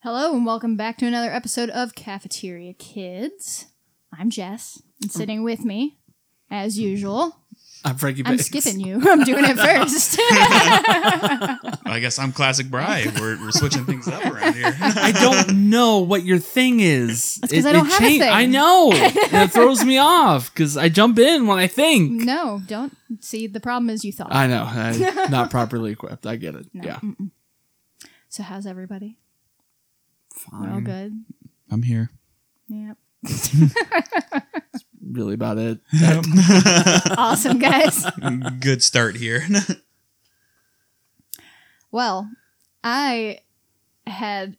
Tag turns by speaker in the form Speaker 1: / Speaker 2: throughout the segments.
Speaker 1: Hello, and welcome back to another episode of Cafeteria Kids. I'm Jess, and sitting with me, as usual,
Speaker 2: I'm Frankie
Speaker 1: I'm
Speaker 2: Bates.
Speaker 1: skipping you. I'm doing it first.
Speaker 3: I guess I'm classic Bri. We're, we're switching things up around here.
Speaker 2: I don't know what your thing is.
Speaker 1: That's 'cause I don't have a thing.
Speaker 2: I know. and it throws me off because I jump in when I think.
Speaker 1: no, don't. See, the problem is you thought.
Speaker 2: I know. I'm not properly equipped. I get it.
Speaker 1: No,
Speaker 2: Yeah.
Speaker 1: mm-mm. So, how's everybody? We're all
Speaker 2: Fine.
Speaker 1: good.
Speaker 3: I'm here.
Speaker 1: Yep.
Speaker 2: Really about it.
Speaker 1: Awesome, guys.
Speaker 3: Good start here.
Speaker 1: Well, I had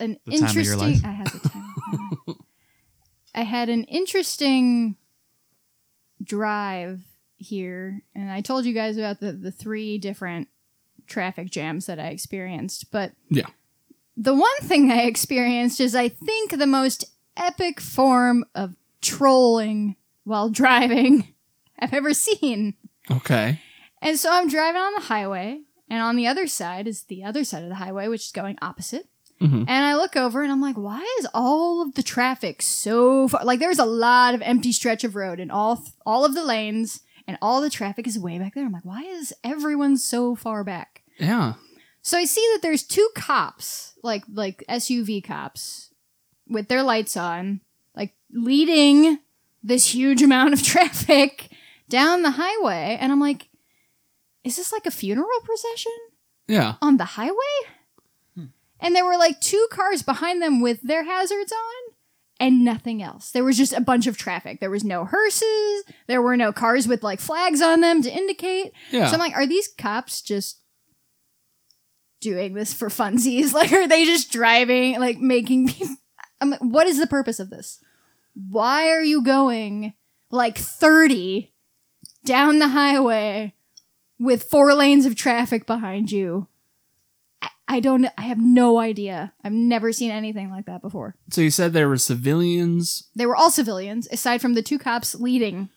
Speaker 1: an
Speaker 3: The time of
Speaker 1: interesting.
Speaker 3: your life.
Speaker 1: I had the time. Of my life. I had an interesting drive here, and I told you guys about the the three different traffic jams that I experienced. But
Speaker 2: Yeah.
Speaker 1: the one thing I experienced is I think the most epic form of trolling while driving I've ever seen.
Speaker 2: Okay.
Speaker 1: And so I'm driving on the highway, and on the other side is the other side of the highway, which is going opposite.
Speaker 2: Mhm.
Speaker 1: And I look over and I'm like, why is all of the traffic so far? Like, there's a lot of empty stretch of road in all th- all of the lanes, and all the traffic is way back there. I'm like, why is everyone so far back?
Speaker 2: Yeah.
Speaker 1: So I see that there's two cops, like like SUV cops, with their lights on, like leading this huge amount of traffic down the highway, and I'm like, is this like a funeral procession
Speaker 2: Yeah.
Speaker 1: on the highway? And there were like two cars behind them with their hazards on and nothing else. There was just a bunch of traffic. There was no hearses, there were no cars with like flags on them to indicate.
Speaker 2: Yeah.
Speaker 1: So I'm like, are these cops just doing this for funsies? Like, are they just driving, like making people? I'm like, what is the purpose of this? Why are you going like 30 down the highway with four lanes of traffic behind you? I, I don't, I have no idea. I've never seen anything like that before.
Speaker 2: so you said there were civilians,
Speaker 1: They were all civilians, aside from the two cops leading.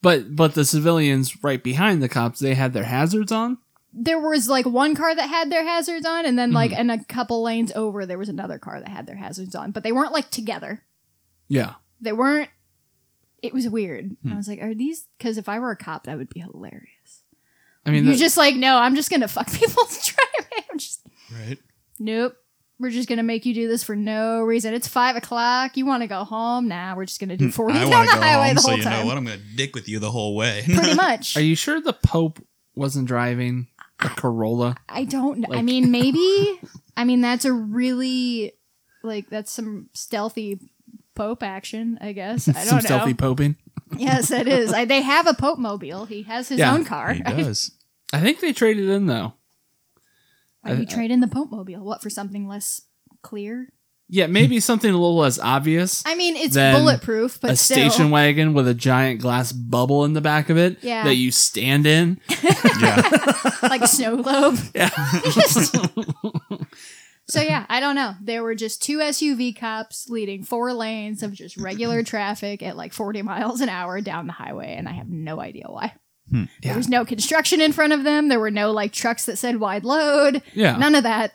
Speaker 2: but but the civilians right behind the cops, they had their hazards on.
Speaker 1: there was like one car that had their hazards on and
Speaker 3: Mm-hmm.
Speaker 1: then like in a couple lanes over there was another car that had their hazards on but they weren't like together
Speaker 2: Yeah.
Speaker 1: they weren't it was weird
Speaker 3: Hmm.
Speaker 1: i was like are these because if i were a cop that would be hilarious
Speaker 2: I mean,
Speaker 1: you're
Speaker 2: the-
Speaker 1: just like no i'm just gonna fuck people's driving i'm just
Speaker 3: Right.
Speaker 1: nope we're just gonna make you do this for no reason it's five o'clock you want to go home now nah, we're just gonna do 40
Speaker 3: Hmm. I
Speaker 1: down
Speaker 3: want
Speaker 1: the
Speaker 3: to go
Speaker 1: highway
Speaker 3: home,
Speaker 1: the
Speaker 3: so
Speaker 1: whole
Speaker 3: you know
Speaker 1: time
Speaker 3: what? I'm going to dick with you the whole way.
Speaker 1: pretty much
Speaker 2: are you sure the Pope wasn't driving a Corolla?
Speaker 1: I don't know. I
Speaker 2: Like-
Speaker 1: mean, maybe. I mean, that's a really like that's some stealthy pope action, I guess. I
Speaker 2: Some
Speaker 1: don't know.
Speaker 2: stealthy poping.
Speaker 1: yes, that is. I, they have a pope mobile. He has his
Speaker 2: Yeah,
Speaker 1: own car.
Speaker 3: he does.
Speaker 2: I think they traded in though.
Speaker 1: Why do you
Speaker 2: I-
Speaker 1: trade in the pope mobile? What for something less clear?
Speaker 2: Yeah, maybe something a little less obvious.
Speaker 1: I mean, it's
Speaker 2: Then
Speaker 1: bulletproof, Uh, but
Speaker 2: a
Speaker 1: still.
Speaker 2: station wagon with a giant glass bubble in the back of it
Speaker 1: Yeah.
Speaker 2: that you stand in.
Speaker 3: yeah.
Speaker 1: like a snow globe.
Speaker 2: Yeah.
Speaker 1: Just- so yeah, I don't know. There were just two SUV cops leading four lanes of just regular traffic at like 40 miles an hour down the highway, and I have no idea why.
Speaker 3: Hmm.
Speaker 2: Yeah.
Speaker 1: There was no construction in front of them. There were no like trucks that said wide load.
Speaker 2: Yeah.
Speaker 1: None of that.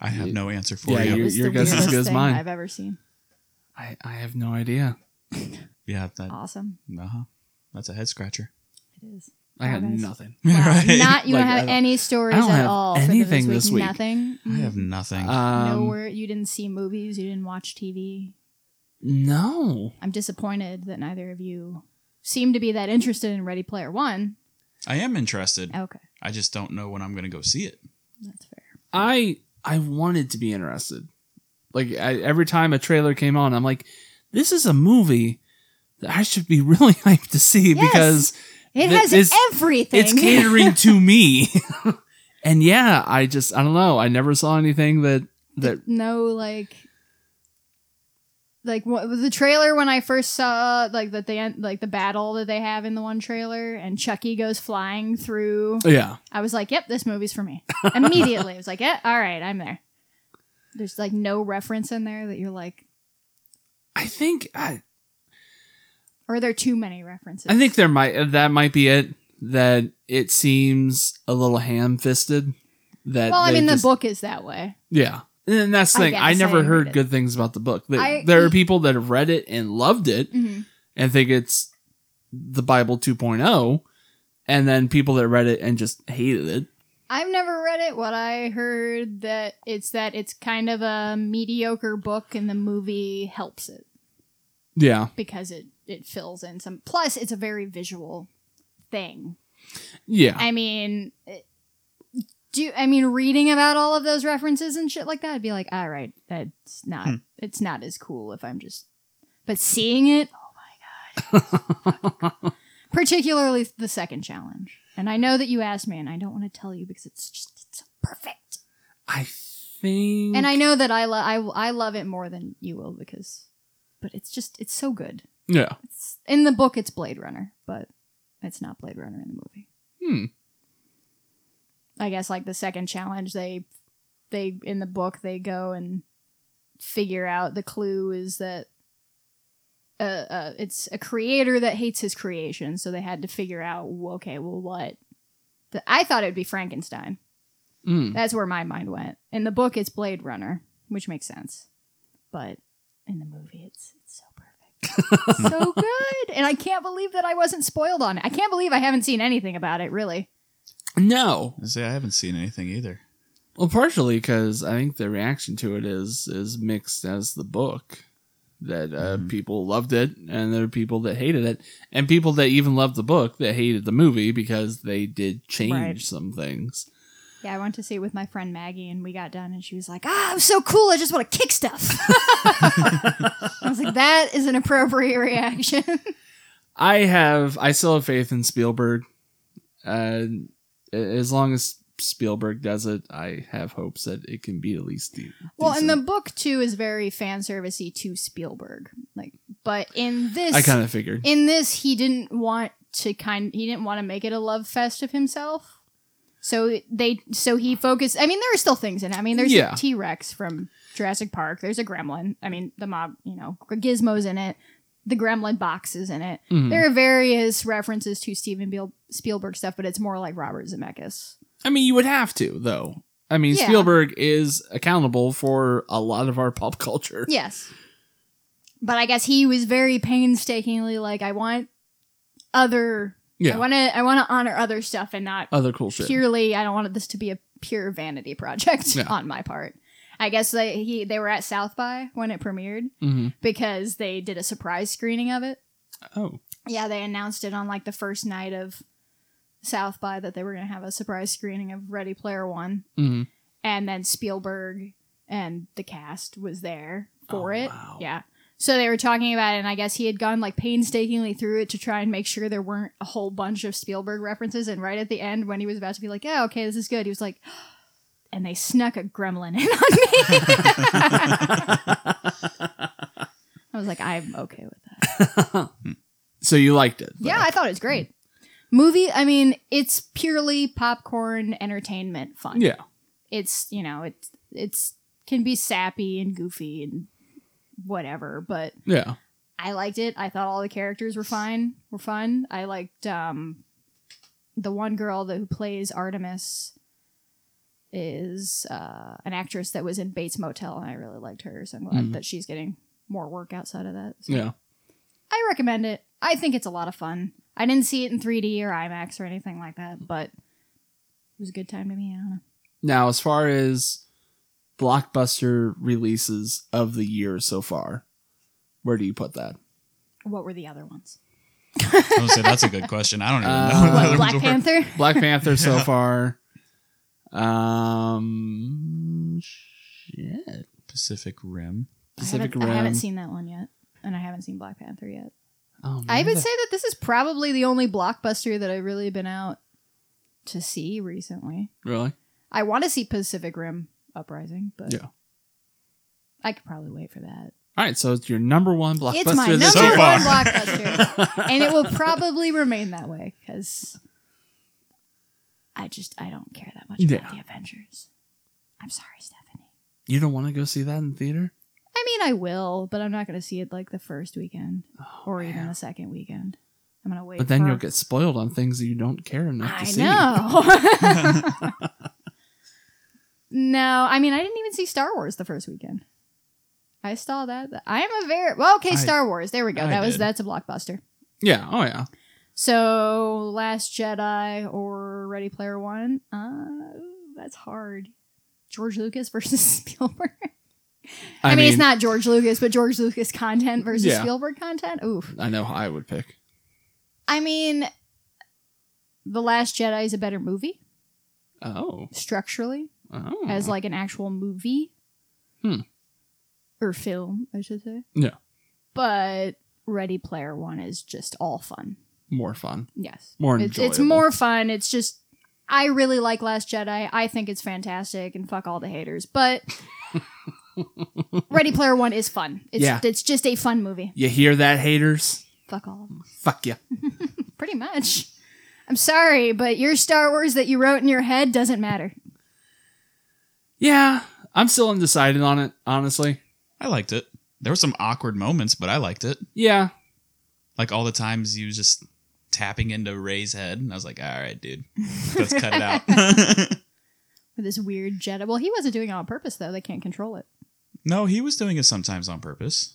Speaker 3: I have no answer for
Speaker 2: Yeah,
Speaker 1: It
Speaker 3: you.
Speaker 2: you-
Speaker 1: was
Speaker 2: your
Speaker 1: the
Speaker 2: guess is as
Speaker 1: weirdest
Speaker 2: good as
Speaker 1: thing
Speaker 2: mine.
Speaker 1: I've ever seen.
Speaker 2: I, I have no idea.
Speaker 3: Yeah. That, uh
Speaker 1: Awesome.
Speaker 3: huh. That's a head scratcher.
Speaker 1: It is.
Speaker 2: I got
Speaker 1: Wow, guys.
Speaker 2: nothing.
Speaker 1: Wow.
Speaker 3: right.
Speaker 1: Not you
Speaker 2: Like,
Speaker 1: don't
Speaker 2: I
Speaker 1: have
Speaker 2: don't-
Speaker 1: any stories
Speaker 2: I don't
Speaker 1: at
Speaker 2: have
Speaker 1: all. for the-
Speaker 2: anything this week.
Speaker 1: Nothing. Mm.
Speaker 3: I have nothing.
Speaker 2: Um,
Speaker 1: Nowhere. You didn't see movies. You didn't watch TV.
Speaker 2: no.
Speaker 1: I'm disappointed that neither of you seem to be that interested in Ready Player One.
Speaker 3: I am interested.
Speaker 1: Okay,
Speaker 3: I just don't know when I'm going to go see it.
Speaker 1: that's fair.
Speaker 2: I I wanted to be interested. Like I, every time a trailer came on, I'm like, this is a movie that I should be really hyped to see
Speaker 1: Yes.
Speaker 2: because
Speaker 1: It
Speaker 2: Th-
Speaker 1: has
Speaker 2: it's-
Speaker 1: everything.
Speaker 2: it's catering to me. and yeah, I just I don't know. I never saw anything that that
Speaker 1: no like like what, the trailer when I first saw like that they end like the battle that they have in the one trailer and Chucky goes flying through.
Speaker 2: yeah.
Speaker 1: I was like, "Yep, this movie's for me." Immediately, I was like, "Yeah, all right, I'm there." There's like no reference in there that you're like,
Speaker 2: I think I,
Speaker 1: or are there too many references?
Speaker 2: I think there uh, might that might be it that it seems a little ham fisted That
Speaker 1: Well, I
Speaker 2: they
Speaker 1: mean,
Speaker 2: just-
Speaker 1: the book is that way.
Speaker 2: Yeah. And that's the
Speaker 1: I
Speaker 2: thing. I,
Speaker 1: guess I
Speaker 2: never
Speaker 1: hated
Speaker 2: heard
Speaker 1: it.
Speaker 2: good things about the book. They-
Speaker 1: I- e-
Speaker 2: there are people that have read it and loved it
Speaker 1: hmm
Speaker 2: and think it's the Bible 2.0, and then people that read it and just hated it.
Speaker 1: I've never read it. What I heard that it's that it's kind of a mediocre book, and the movie helps it
Speaker 2: Yeah.
Speaker 1: because it it fills in some. Plus, it's a very visual thing.
Speaker 2: Yeah.
Speaker 1: I mean, it- do I mean reading about all of those references and shit like that? I'd be like, all right, that's not
Speaker 3: Hmm.
Speaker 1: it's not as cool if I'm just. But seeing it, oh my god, particularly the second challenge. And I know that you asked me, and I don't want to tell you because it's just it's so perfect.
Speaker 2: I think.
Speaker 1: And I know that I love I, I love it more than you will because, but it's just it's so good.
Speaker 2: Yeah.
Speaker 1: It's, in the book, it's Blade Runner, but it's not Blade Runner in the movie.
Speaker 2: Hmm.
Speaker 1: I guess like the second challenge they they in the book they go and figure out the clue is that uh, uh it's a creator that hates his creation so they had to figure out well, okay well what the, I thought it would be Frankenstein
Speaker 2: Mm.
Speaker 1: that's where my mind went in the book it's Blade Runner which makes sense but in the movie it's it's so perfect so good and I can't believe that I wasn't spoiled on it I can't believe I haven't seen anything about it really
Speaker 2: No.
Speaker 3: I say I haven't seen anything either.
Speaker 2: Well, partially because I think the reaction to it is as mixed as the book. That uh, people loved it, and there are people that hated it, and people that even loved the book that hated the movie because they did change
Speaker 1: Right.
Speaker 2: some things.
Speaker 1: Yeah, I went to see it with my friend Maggie, and we got done, and she was like, "Ah, it was so cool! I just want to kick stuff." I was like, "That is an appropriate reaction."
Speaker 2: I have I still have faith in Spielberg. Uh, as long as Spielberg does it, I have hopes that it can be at least de-
Speaker 1: well, and the
Speaker 2: decent.
Speaker 1: book too is very fan servicey to Spielberg, like, but in this,
Speaker 2: I kind of figured.
Speaker 1: in this, he didn't want to kind, he didn't want to make it a love fest of himself. So they, so he focused. I mean, there are still things in. it. I mean, there's
Speaker 2: Yeah.
Speaker 1: a T Rex from Jurassic Park. There's a Gremlin. I mean, the mob, you know, Gizmo's in it. The Gremlin box is in it.
Speaker 2: Mhm.
Speaker 1: There are various references to Steven Biel- Spielberg stuff, but it's more like Robert Zemeckis.
Speaker 2: I mean, you would have to though. I mean,
Speaker 1: Yeah.
Speaker 2: Spielberg is accountable for a lot of our pop culture.
Speaker 1: Yes. But I guess he was very painstakingly like, I want other,
Speaker 2: Yeah.
Speaker 1: I want to, I want to honor other stuff and not
Speaker 2: Other cool shit.
Speaker 1: purely. I don't want this to be a pure vanity project
Speaker 2: Yeah.
Speaker 1: on my part. I guess they he they were at South by when it premiered
Speaker 2: Mhm.
Speaker 1: because they did a surprise screening of it.
Speaker 2: Oh,
Speaker 1: Yeah, they announced it on like the first night of South by that they were going to have a surprise screening of Ready Player One.
Speaker 2: Mhm.
Speaker 1: and then Spielberg and the cast was there for
Speaker 2: Oh,
Speaker 1: it.
Speaker 2: wow.
Speaker 1: Yeah. So they were talking about it, and I guess he had gone like painstakingly through it to try and make sure there weren't a whole bunch of Spielberg references. And right at the end, when he was about to be like, "Yeah, okay, this is good," he was like, "And they snuck a gremlin in on me." I was like, "I'm okay with that."
Speaker 2: so you liked it? though.
Speaker 1: Yeah, I thought it was great. Mm-hmm. Movie, I mean, it's purely popcorn entertainment fun.
Speaker 2: Yeah.
Speaker 1: it's you know it's it's can be sappy and goofy and whatever but
Speaker 2: Yeah.
Speaker 1: i liked it i thought all the characters were fine were fun i liked um the one girl that who plays artemis is uh, an actress that was in bates motel and i really liked her so i'm glad
Speaker 2: Mhm.
Speaker 1: that she's getting more work outside of that so
Speaker 2: Yeah.
Speaker 1: i recommend it i think it's a lot of fun i didn't see it in 3d or imax or anything like that but it was a good time to me i don't know
Speaker 2: Now, as far as blockbuster releases of the year so far, where do you put that?
Speaker 1: what were the other ones
Speaker 3: I would say that's a good question. I don't even
Speaker 2: Uh,
Speaker 3: know. what
Speaker 1: What,
Speaker 3: other
Speaker 1: Black
Speaker 3: ones were.
Speaker 1: Panther?
Speaker 2: Black Panther so far. Um, shit.
Speaker 3: Pacific Rim.
Speaker 2: Pacific
Speaker 1: I haven't,
Speaker 2: Rim.
Speaker 1: I haven't seen that one yet. And I haven't seen Black Panther yet.
Speaker 2: Oh,
Speaker 1: I
Speaker 2: man,
Speaker 1: would
Speaker 2: that-
Speaker 1: say that this is probably the only blockbuster that I've really been out to see recently.
Speaker 2: really.
Speaker 1: I want to see Pacific Rim Uprising, but
Speaker 2: Yeah.
Speaker 1: I could probably wait for that.
Speaker 2: All right, so it's your number one blockbuster.
Speaker 1: It's my number
Speaker 2: this
Speaker 3: so
Speaker 1: one
Speaker 2: year.
Speaker 3: far.
Speaker 1: blockbuster, and it will probably remain that way because I just I don't care that much about
Speaker 2: Yeah.
Speaker 1: the Avengers. I'm sorry, Stephanie.
Speaker 2: You don't want to go see that in theater?
Speaker 1: I mean, I will, but I'm not going to see it like the first weekend or Oh, even
Speaker 2: man.
Speaker 1: the second weekend. I'm going to wait.
Speaker 2: Oh, But then
Speaker 1: for-
Speaker 2: you'll get spoiled on things that you don't care enough to
Speaker 1: I
Speaker 2: see.
Speaker 1: know. No, I mean I didn't even see Star Wars the first weekend. I saw that. I am a very well. Okay,
Speaker 3: I-
Speaker 1: Star Wars. There we go.
Speaker 3: I
Speaker 1: that was
Speaker 3: did.
Speaker 1: that's a blockbuster.
Speaker 2: Yeah. Oh yeah.
Speaker 1: So Last Jedi or Ready Player One. Uh, that's hard. George Lucas versus Spielberg. I, mean, it's not George Lucas, but George Lucas content versus
Speaker 2: Yeah.
Speaker 1: Spielberg content. Oof.
Speaker 2: I know how I would pick.
Speaker 1: I mean, The Last Jedi is a better movie
Speaker 2: Oh.
Speaker 1: structurally
Speaker 2: Oh.
Speaker 1: as like an actual movie
Speaker 2: Hmm.
Speaker 1: or film, I should say.
Speaker 2: Yeah.
Speaker 1: But Ready Player One is just all fun.
Speaker 2: more fun.
Speaker 1: Yes,
Speaker 2: More
Speaker 1: it's, it's
Speaker 2: enjoyable.
Speaker 1: more fun. It's just I really like Last Jedi. I think it's fantastic, and fuck all the haters. But Ready Player One is fun. It's
Speaker 2: Yeah.
Speaker 1: it's just a fun movie.
Speaker 2: You hear that, haters?
Speaker 1: Fuck all of them.
Speaker 2: Fuck you.
Speaker 1: Pretty much. I'm sorry, but your Star Wars that you wrote in your head doesn't matter.
Speaker 2: Yeah, I'm still undecided on it. Honestly.
Speaker 3: I liked it. There were some awkward moments, but I liked it.
Speaker 2: Yeah.
Speaker 3: Like all the times you was just tapping into Ray's head, and I was like, all right, dude, let's cut it out.
Speaker 1: With this weird Jedi. Well, he wasn't doing it on purpose though. They can't control it.
Speaker 3: no, he was doing it sometimes on purpose.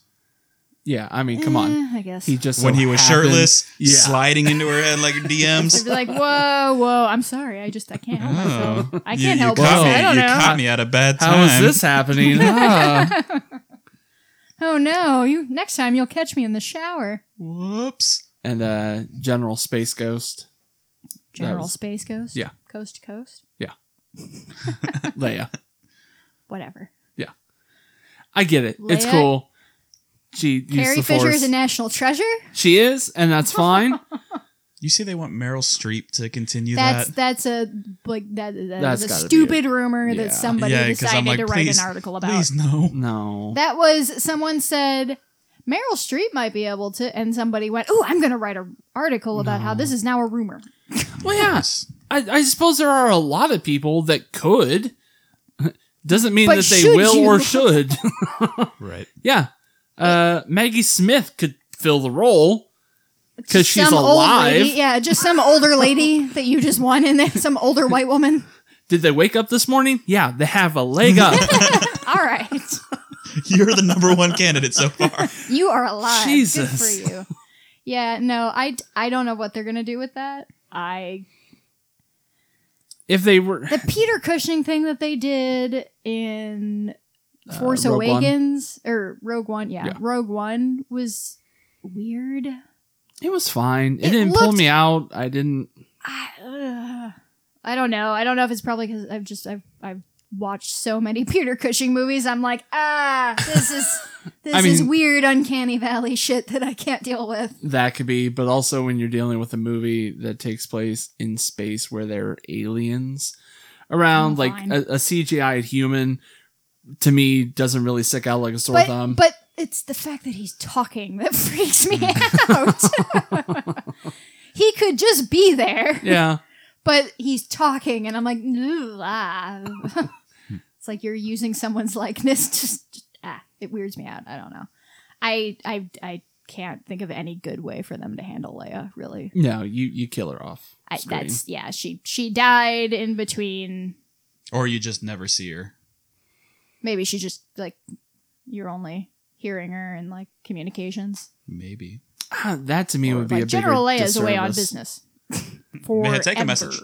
Speaker 2: Yeah. I mean, come on.
Speaker 1: Eh, I guess.
Speaker 2: He just so
Speaker 3: when he was
Speaker 2: happened-
Speaker 3: shirtless,
Speaker 2: Yeah.
Speaker 3: sliding into her head like
Speaker 1: I'd
Speaker 3: DMs.
Speaker 1: be like, whoa, whoa. I'm sorry. I just I can't help myself.
Speaker 3: Oh.
Speaker 1: I
Speaker 3: You-
Speaker 1: can't
Speaker 3: you
Speaker 1: help
Speaker 3: caught
Speaker 1: myself.
Speaker 3: me.
Speaker 1: I don't
Speaker 3: you
Speaker 1: know.
Speaker 3: caught me at a bad time.
Speaker 2: How is this happening? Ah.
Speaker 1: Oh no! You next time you'll catch me in the shower.
Speaker 3: Whoops.
Speaker 2: and uh, General Space Ghost
Speaker 1: General
Speaker 2: was-
Speaker 1: Space Ghost.
Speaker 2: Yeah.
Speaker 1: Coast to coast.
Speaker 2: Leia.
Speaker 1: Whatever.
Speaker 2: I get it. It's
Speaker 1: Leia?
Speaker 2: cool. She used
Speaker 1: Carrie
Speaker 2: the
Speaker 1: Fisher
Speaker 2: force.
Speaker 1: is a national treasure.
Speaker 2: she is, and that's fine.
Speaker 3: You see, they want Meryl Streep to continue
Speaker 1: That's
Speaker 3: that.
Speaker 1: that's a like that that
Speaker 2: That's
Speaker 1: was a
Speaker 2: gotta be
Speaker 1: stupid rumor
Speaker 2: Yeah.
Speaker 1: that somebody
Speaker 3: Yeah, 'cause I'm
Speaker 1: decided
Speaker 3: like,
Speaker 1: to write
Speaker 3: please-
Speaker 1: an article about.
Speaker 3: Please no.
Speaker 2: no.
Speaker 1: That was someone said Meryl Streep might be able to, and somebody went, "Oh, I'm going to write an article about how this is now a rumor."
Speaker 2: well, yeah. I, I suppose there are a lot of people that could. Doesn't mean
Speaker 1: But
Speaker 2: that they
Speaker 1: should
Speaker 2: will
Speaker 1: you?
Speaker 2: or should.
Speaker 3: Right.
Speaker 2: yeah. Uh, Maggie Smith could fill the role because she's
Speaker 1: Some old
Speaker 2: alive.
Speaker 1: lady, yeah, just some older lady that you just want in there, some older white woman.
Speaker 2: Did they wake up this morning? Yeah, they have a leg up.
Speaker 1: All right,
Speaker 3: You're the number one candidate so far.
Speaker 1: you are alive.
Speaker 2: Jesus.
Speaker 1: Good for you. Yeah, no, I I don't know what they're going to do with that. I
Speaker 2: if they were.
Speaker 1: the Peter Cushing thing that they did in Force
Speaker 2: Uh, Rogue One.
Speaker 1: Awakens or Rogue One, yeah,
Speaker 2: Yeah.
Speaker 1: Rogue One was weird.
Speaker 2: It was fine. It,
Speaker 1: It
Speaker 2: didn't pull
Speaker 1: looked-
Speaker 2: me out. I didn't.
Speaker 1: I, ugh. I don't know. I don't know if it's probably because I've just I've I've watched so many Peter Cushing movies. I'm like, ah, this is this
Speaker 2: I
Speaker 1: is
Speaker 2: mean-
Speaker 1: weird, uncanny valley shit that I can't deal with.
Speaker 2: That could be, but also when you're dealing with a movie that takes place in space where there are aliens around,
Speaker 1: Mm,
Speaker 2: like
Speaker 1: fine.
Speaker 2: a, a CGI human, to me doesn't really stick out like a sore
Speaker 1: But
Speaker 2: thumb.
Speaker 1: but it's the fact that he's talking that freaks me out. he could just be there,
Speaker 2: yeah,
Speaker 1: but he's talking, and I'm like, "Ugh, ah. it's like you're using someone's likeness. Just, just ah, it weirds me out. I don't know. I I I can't think of any good way for them to handle Leia. Really,
Speaker 2: no, you you kill her off.
Speaker 1: I,
Speaker 2: screen.
Speaker 1: that's yeah. She she died in between.
Speaker 3: Or you just never see her.
Speaker 1: Maybe she just like you're only hearing her in like communications.
Speaker 3: Maybe.
Speaker 2: Ah, that to me would be
Speaker 1: like
Speaker 2: a
Speaker 1: General
Speaker 2: bigger
Speaker 1: Leia is away on
Speaker 2: disservice.
Speaker 1: business. For
Speaker 3: Man, take a message.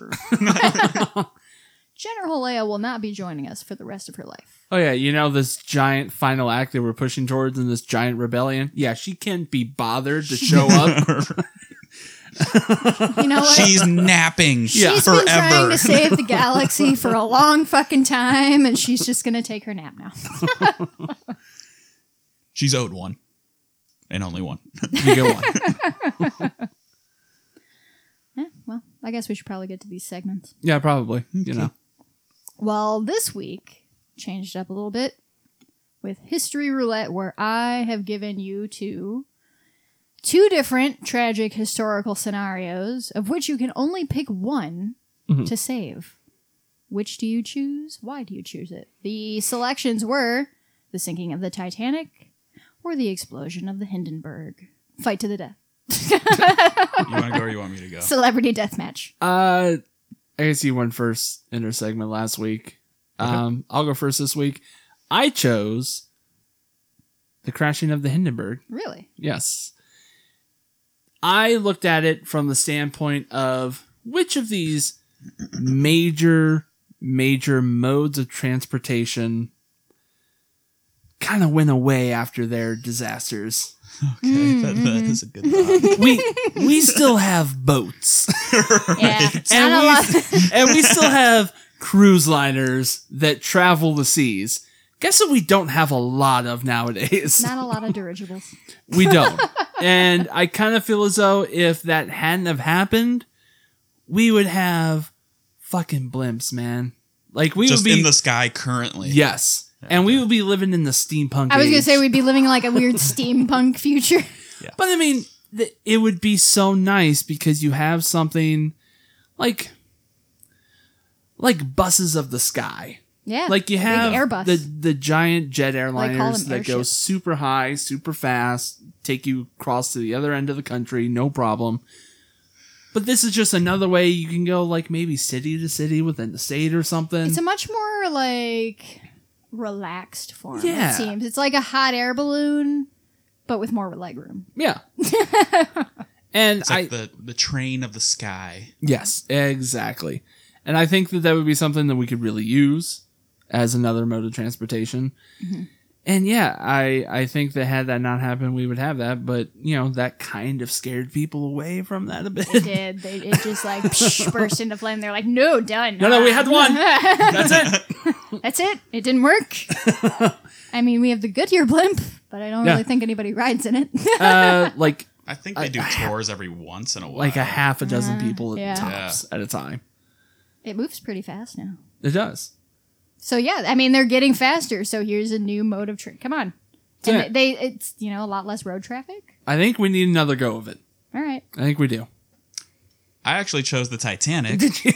Speaker 1: General Leia will not be joining us for the rest of her life.
Speaker 2: Oh yeah, you know this giant final act that we're pushing towards in this giant rebellion. Yeah, she can't be bothered to show up.
Speaker 1: You know what?
Speaker 3: She's napping
Speaker 2: Yeah.
Speaker 1: She's been trying
Speaker 3: forever.
Speaker 1: to save the galaxy for a long fucking time, and she's just gonna take her nap now.
Speaker 3: She's owed one. And only one.
Speaker 2: you go on.
Speaker 1: Eh, well, I guess we should probably get to these segments.
Speaker 2: Yeah, probably. You know.
Speaker 1: Well, this week changed up a little bit with History Roulette, where I have given you two two different tragic historical scenarios, of which you can only pick one
Speaker 2: Mhm.
Speaker 1: to save. Which do you choose? Why do you choose it? The selections were the sinking of the Titanic or the explosion of the Hindenburg. Fight to the death.
Speaker 3: You want to go or you want me to go?
Speaker 1: Celebrity death match.
Speaker 2: Uh, I guess you went first in her segment last week. Um, I'll go first this week. I chose the crashing of the Hindenburg.
Speaker 1: Really?
Speaker 2: Yes. I looked at it from the standpoint of which of these major, major modes of transportation kind of went away after their disasters.
Speaker 3: Okay, that, that
Speaker 2: mm-hmm.
Speaker 3: is a good thought.
Speaker 2: We we still have boats.
Speaker 1: Yeah.
Speaker 2: And
Speaker 1: Not a
Speaker 2: we-
Speaker 1: lot-
Speaker 2: and we still have cruise liners that travel the seas. Guess what we don't have a lot of nowadays?
Speaker 1: not a lot of dirigibles.
Speaker 2: We don't. and I kind of feel as though if that hadn't have happened, we would have fucking blimps, man. Like we
Speaker 3: Just
Speaker 2: would be
Speaker 3: in the sky currently.
Speaker 2: yes, and we would be living in the steampunk.
Speaker 1: I was gonna
Speaker 2: age.
Speaker 1: say we'd be living in, like a weird steampunk future.
Speaker 2: But I mean, th- it would be so nice because you have something like like buses of the sky.
Speaker 1: Yeah.
Speaker 2: Like you have
Speaker 1: Big Airbus.
Speaker 2: the the giant jet
Speaker 1: Like, call them
Speaker 2: airliners that go
Speaker 1: airships.
Speaker 2: super high, super fast, take you across to the other end of the country, no problem. But this is just another way you can go, like maybe city to city within the state or something.
Speaker 1: it's a much more like relaxed form.
Speaker 2: Yeah.
Speaker 1: It seems it's like a hot air balloon, but with more legroom.
Speaker 2: yeah. and
Speaker 3: It's
Speaker 2: I
Speaker 3: like the, the train of the sky.
Speaker 2: yes, exactly. And I think that that would be something that we could really use as another mode of transportation.
Speaker 1: Mm-hmm.
Speaker 2: And yeah, I I think that had that not happened, we would have that. But you know, that kind of scared people away from that a bit.
Speaker 1: It did. They, it just like psh, burst into flame. They're like, no, done.
Speaker 2: No, no, we had one. That's it.
Speaker 1: That's it. It didn't work. I mean, we have the Goodyear blimp, but I don't
Speaker 2: Yeah.
Speaker 1: really think anybody rides in it.
Speaker 2: Uh, like
Speaker 3: I think they do tours every once in a while.
Speaker 2: like a half a dozen people at
Speaker 1: yeah.
Speaker 2: tops at a time.
Speaker 1: it moves pretty fast now.
Speaker 2: It does.
Speaker 1: So yeah, I mean, they're getting faster. So here's a new mode of trip. Come on. And
Speaker 2: Yeah.
Speaker 1: they, it's you know a lot less road traffic.
Speaker 2: I think we need another go of it.
Speaker 1: All right.
Speaker 2: I think we do.
Speaker 3: I actually chose the Titanic,
Speaker 2: Did you?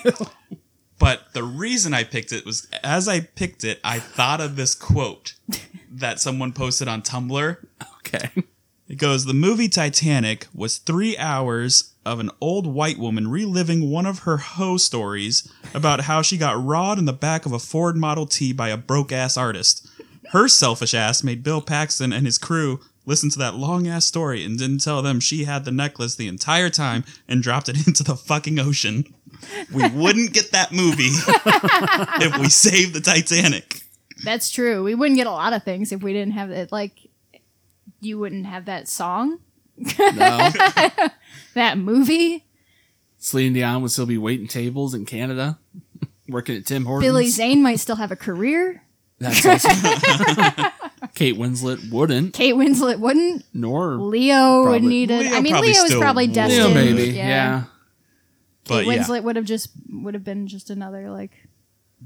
Speaker 3: but the reason I picked it was as I picked it, I thought of this quote that someone posted on Tumblr.
Speaker 2: Okay.
Speaker 3: It goes, The movie Titanic was three hours of an old white woman reliving one of her hoe stories about how she got rawed in the back of a Ford Model T by a broke ass artist. Her selfish ass made Bill Paxton and his crew listen to that long ass story and didn't tell them she had the necklace the entire time and dropped it into the fucking ocean. We wouldn't get that movie if we saved the Titanic.
Speaker 1: That's true. We wouldn't get a lot of things if we didn't have it. Like, you wouldn't have that song,
Speaker 2: No.
Speaker 1: that movie.
Speaker 2: Celine Dion would still be waiting tables in Canada, working at Tim Hortons.
Speaker 1: Billy Zane might still have a career.
Speaker 2: That's awesome. Kate Winslet wouldn't,
Speaker 1: Kate Winslet wouldn't.
Speaker 2: nor
Speaker 1: Leo would
Speaker 2: Probably-
Speaker 1: need a.
Speaker 3: Leo
Speaker 1: I mean,
Speaker 3: probably
Speaker 1: Leo is
Speaker 3: still
Speaker 1: probably
Speaker 3: would.
Speaker 1: destined.
Speaker 2: Leo,
Speaker 3: Winslet.
Speaker 2: baby. Yeah.
Speaker 3: But
Speaker 1: Kate
Speaker 3: yeah.
Speaker 1: Winslet would have just would have been just another like.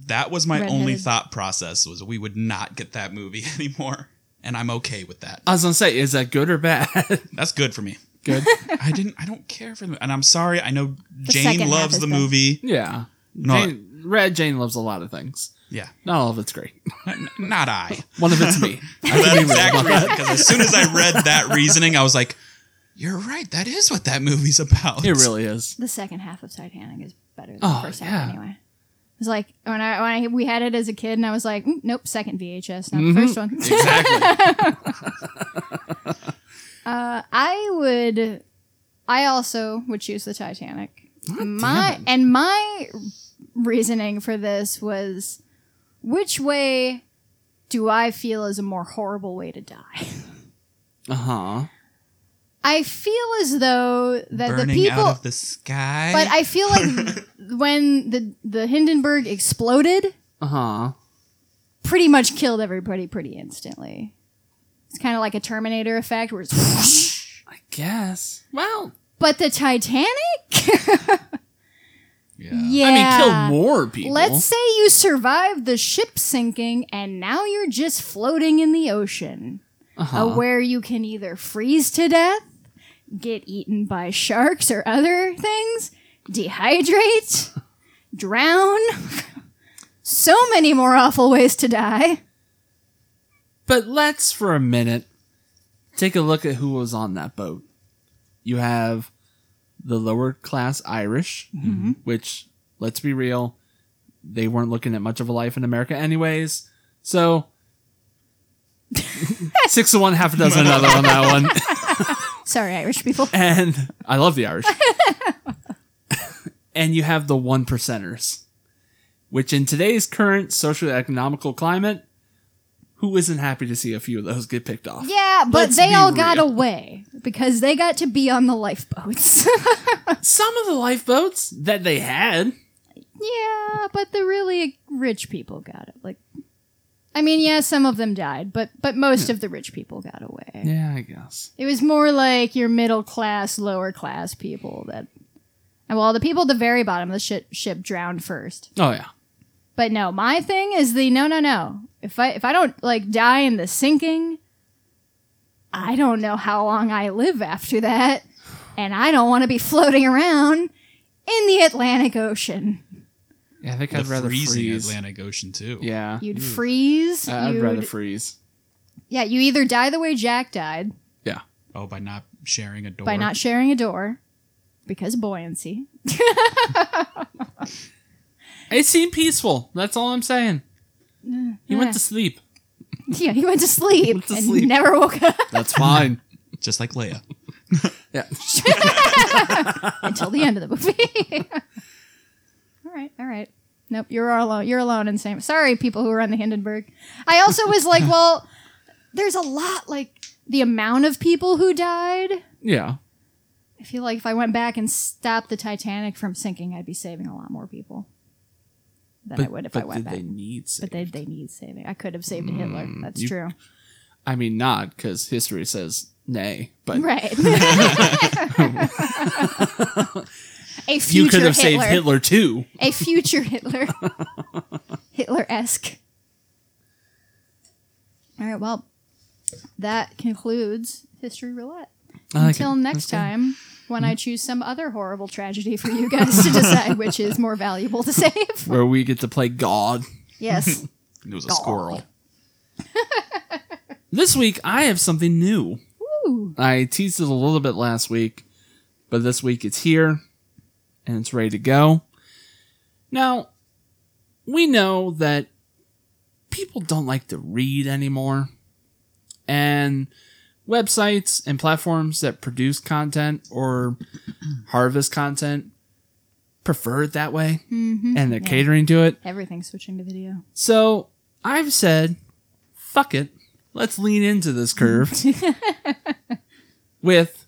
Speaker 3: that was my
Speaker 1: Redheaded.
Speaker 3: only thought process was we would not get that movie anymore and i'm okay with that
Speaker 2: I was gonna say, is that good or bad?
Speaker 3: that's good for me
Speaker 2: good.
Speaker 3: i didn't i don't care for them and i'm sorry i know jane
Speaker 1: second half
Speaker 3: loves
Speaker 1: is
Speaker 3: the
Speaker 1: bad.
Speaker 3: movie
Speaker 2: Yeah.
Speaker 3: Not-
Speaker 2: Jane, Red Jane loves a lot of things.
Speaker 3: yeah
Speaker 2: Not all of it's great.
Speaker 3: N- not i
Speaker 2: One of it's me. I
Speaker 3: For
Speaker 2: can
Speaker 3: that
Speaker 2: be real
Speaker 3: exact
Speaker 2: about
Speaker 3: reason, because as soon as i read that reasoning i was like you're right that is what that movie's about
Speaker 2: that. It really is.
Speaker 1: the second half of Titanic is better than
Speaker 2: Oh,
Speaker 1: the first
Speaker 2: yeah.
Speaker 1: half anyway. It's like when I when I, we had it as a kid, and I was like, "Mm, nope, second VHS, not
Speaker 3: Mm-hmm.
Speaker 1: the first one.
Speaker 2: Exactly.
Speaker 1: uh, I would, I also would choose the Titanic. my and my reasoning for this was, which way do I feel is a more horrible way to die?
Speaker 2: Uh huh.
Speaker 1: I feel as though that
Speaker 3: burning
Speaker 1: the people
Speaker 3: out of the sky
Speaker 1: But I feel like when the the Hindenburg exploded,
Speaker 2: Uh huh.
Speaker 1: pretty much killed everybody pretty instantly. It's kind of like a Terminator effect where it's whoosh.
Speaker 2: I guess. Well,
Speaker 1: But the Titanic?
Speaker 3: yeah.
Speaker 1: yeah.
Speaker 2: I mean, kill more people.
Speaker 1: Let's say you survived the ship sinking and now you're just floating in the ocean, uh,
Speaker 2: Uh-huh.
Speaker 1: where you can either freeze to death, get eaten by sharks or other things, dehydrate, drown. so many more awful ways to die.
Speaker 2: But let's for a minute take a look at who was on that boat. You have the lower class Irish, which, let's be real, they weren't looking at much of a life in America, anyways. So six to one, half a dozen another on that one.
Speaker 1: Sorry, Irish people.
Speaker 2: And I love the Irish. and you have the one percenters, which in today's current socioeconomical climate, who isn't happy to see a few of those get picked off?
Speaker 1: Yeah, but
Speaker 2: Let's
Speaker 1: they
Speaker 2: be
Speaker 1: all got
Speaker 2: real.
Speaker 1: away because they got to be on the lifeboats.
Speaker 2: Some of the lifeboats that they had.
Speaker 1: yeah, but the really rich people got it. Like, I mean, yeah, some of them died, but but most
Speaker 2: Hmm.
Speaker 1: of the rich people got away.
Speaker 2: Yeah, I guess.
Speaker 1: It was more like your middle class, lower class people that. And well, the people at the very bottom of the ship, ship drowned first.
Speaker 2: Oh yeah.
Speaker 1: But no, my thing is the no, no, no. If I if I don't like die in the sinking, I don't know how long I live after that, and I don't want to be floating around in the Atlantic Ocean.
Speaker 2: Yeah, I think
Speaker 3: The
Speaker 2: I'd rather
Speaker 3: freezing
Speaker 2: freeze.
Speaker 3: Atlantic Ocean too.
Speaker 2: Yeah,
Speaker 1: You'd freeze.
Speaker 2: Hmm. I- I'd
Speaker 1: you'd,
Speaker 2: rather freeze.
Speaker 1: yeah, you either die the way Jack died
Speaker 2: Yeah,
Speaker 3: Oh, by not sharing a door.
Speaker 1: by not sharing a door because buoyancy.
Speaker 2: it seemed peaceful. That's all I'm saying. He
Speaker 1: yeah.
Speaker 2: went to sleep.
Speaker 1: Yeah, he went to sleep
Speaker 2: Went to
Speaker 1: and
Speaker 2: sleep.
Speaker 1: never woke up
Speaker 2: That's fine.
Speaker 3: just like Leia.
Speaker 2: yeah.
Speaker 1: until the end of the movie. all right, all right. Nope, you're all alone. You're alone in Sam. Sorry, people who run the Hindenburg. I also was like, well, there's a lot like the amount of people who died.
Speaker 2: Yeah.
Speaker 1: I feel like if I went back and stopped the Titanic from sinking, I'd be saving a lot more people than I would if I went
Speaker 2: did
Speaker 1: back.
Speaker 2: they need sa-
Speaker 1: but they, they need saving. I could have saved a Hitler. That's
Speaker 2: you-
Speaker 1: true.
Speaker 2: I mean, not because history says nay, but
Speaker 1: Right. a future
Speaker 2: you could have
Speaker 1: Hitler.
Speaker 2: saved Hitler too.
Speaker 1: A future Hitler. Hitler esque. All right, well, that concludes History Roulette.
Speaker 2: I like
Speaker 1: Until
Speaker 2: it. Mm-hmm.
Speaker 1: next time, when I choose some other horrible tragedy for you guys to decide which is more valuable to save.
Speaker 2: Where we get to play God.
Speaker 1: Yes.
Speaker 3: It was a squirrel.
Speaker 2: This week, I have something new.
Speaker 1: Ooh.
Speaker 2: I teased it a little bit last week, but this week it's here and it's ready to go. Now, we know that people don't like to read anymore, and websites and platforms that produce content or harvest content prefer it that way
Speaker 1: hmm
Speaker 2: and they're catering to it.
Speaker 1: Everything's switching to video.
Speaker 2: So I've said, fuck it. Let's lean into this curve with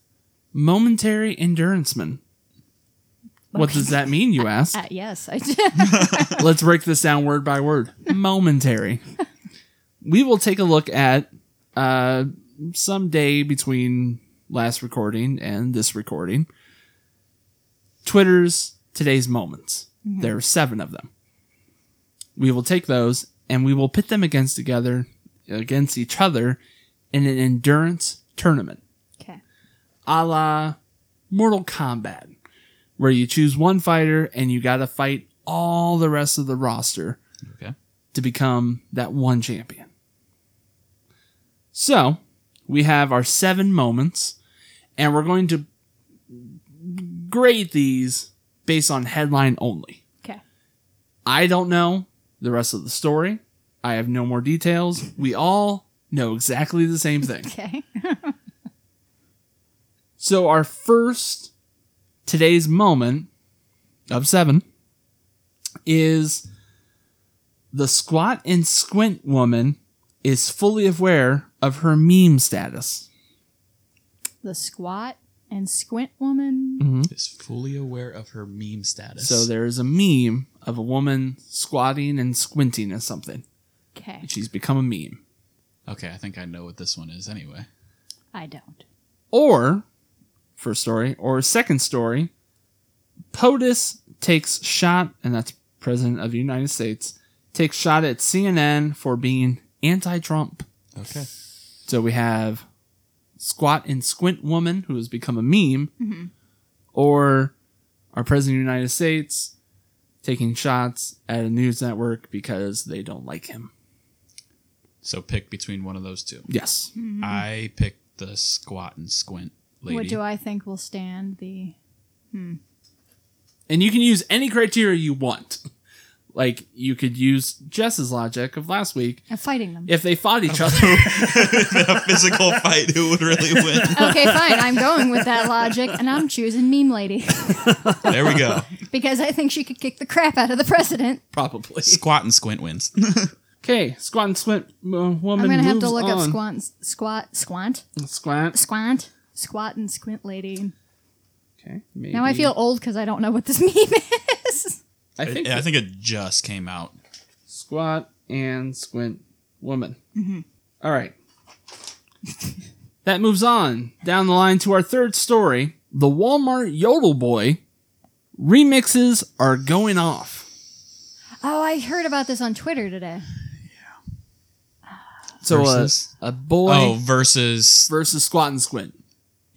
Speaker 2: momentary endurancemen. What does that mean, you ask?
Speaker 1: Uh, yes, I
Speaker 2: Let's break this down word by word. Momentary. We will take a look at uh, some day between last recording and this recording. Twitter's today's moments. There are seven of them. We will take those and we will pit them against together against each other in an endurance tournament
Speaker 1: Okay.
Speaker 2: a la Mortal Kombat, where you choose one fighter and you got to fight all the rest of the roster
Speaker 3: Okay.
Speaker 2: to become that one champion. So we have our seven moments, and we're going to grade these based on headline only.
Speaker 1: Okay.
Speaker 2: I don't know the rest of the story. I have no more details. We all know exactly the same thing.
Speaker 1: Okay.
Speaker 2: So our first today's moment of seven is the squat and squint woman is fully aware of her meme status.
Speaker 1: The squat and squint woman.
Speaker 3: Is fully aware of her meme status.
Speaker 2: So there is a meme of a woman squatting and squinting at something.
Speaker 1: Okay.
Speaker 2: She's become a meme.
Speaker 3: okay, I think I know what this one is anyway.
Speaker 1: I don't.
Speaker 2: Or first story or second story, POTUS takes shot, and that's President of the United States takes shot at CNN for being anti-Trump.
Speaker 3: Okay.
Speaker 2: So we have squat and squint woman who has become a meme, or our president of the United States taking shots at a news network because they don't like him.
Speaker 3: So pick between one of those 2
Speaker 2: Yes.
Speaker 1: Mm-hmm.
Speaker 3: I picked the squat and squint lady.
Speaker 1: What do I think will stand the
Speaker 2: And you can use any criteria you want. Like you could use Jess's logic of last week.
Speaker 1: I'm fighting them.
Speaker 2: If they fought each other,
Speaker 3: a physical fight, who would really win?
Speaker 1: okay, fine. I'm going with that logic, and I'm choosing Meme Lady
Speaker 3: There we go.
Speaker 1: because I think she could kick the crap out of the president.
Speaker 2: probably.
Speaker 3: Squat and squint wins.
Speaker 2: Okay, squat and squint uh, woman.
Speaker 1: I'm gonna have to
Speaker 2: moves
Speaker 1: look up
Speaker 2: on.
Speaker 1: squant, squat, squant,
Speaker 2: Squat.
Speaker 1: squant, squat, and squint lady.
Speaker 2: Okay. Maybe.
Speaker 1: Now I feel old because I don't know what this meme is.
Speaker 2: I think,
Speaker 3: It- I think it just came out.
Speaker 2: squat and squint woman.
Speaker 1: Mm-hmm.
Speaker 2: All right. that moves on down the line to our third story. The Walmart Yodel Boy remixes are going off.
Speaker 1: Oh, I heard about this on Twitter today.
Speaker 2: So a,
Speaker 3: Versus?
Speaker 2: a boy
Speaker 3: Oh, versus.
Speaker 2: versus squat and squint.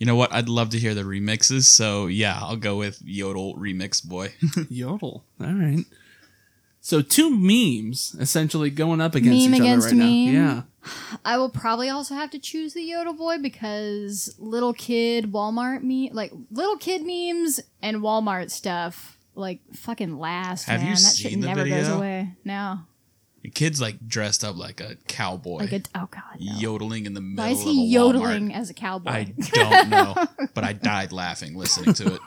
Speaker 3: You know what? I'd love to hear the remixes. So yeah, I'll go with Yodel Remix Boy.
Speaker 2: Yodel. All right. So two memes essentially going up against
Speaker 1: Meme
Speaker 2: each
Speaker 1: against
Speaker 2: other right
Speaker 1: meme.
Speaker 2: now. Yeah.
Speaker 1: I will probably also have to choose the Yodel Boy because little kid Walmart me like little kid memes and Walmart stuff like fucking last.
Speaker 3: Have you
Speaker 1: man. that shit
Speaker 3: seen the
Speaker 1: never goes
Speaker 3: video?
Speaker 1: away. No,
Speaker 3: the kid's like dressed up like a cowboy,
Speaker 1: like a oh god. No.
Speaker 3: yodeling in the middle.
Speaker 1: Why is
Speaker 3: of a
Speaker 1: he
Speaker 3: Walmart.
Speaker 1: yodeling as a cowboy?
Speaker 3: I don't know, but I died laughing listening to it.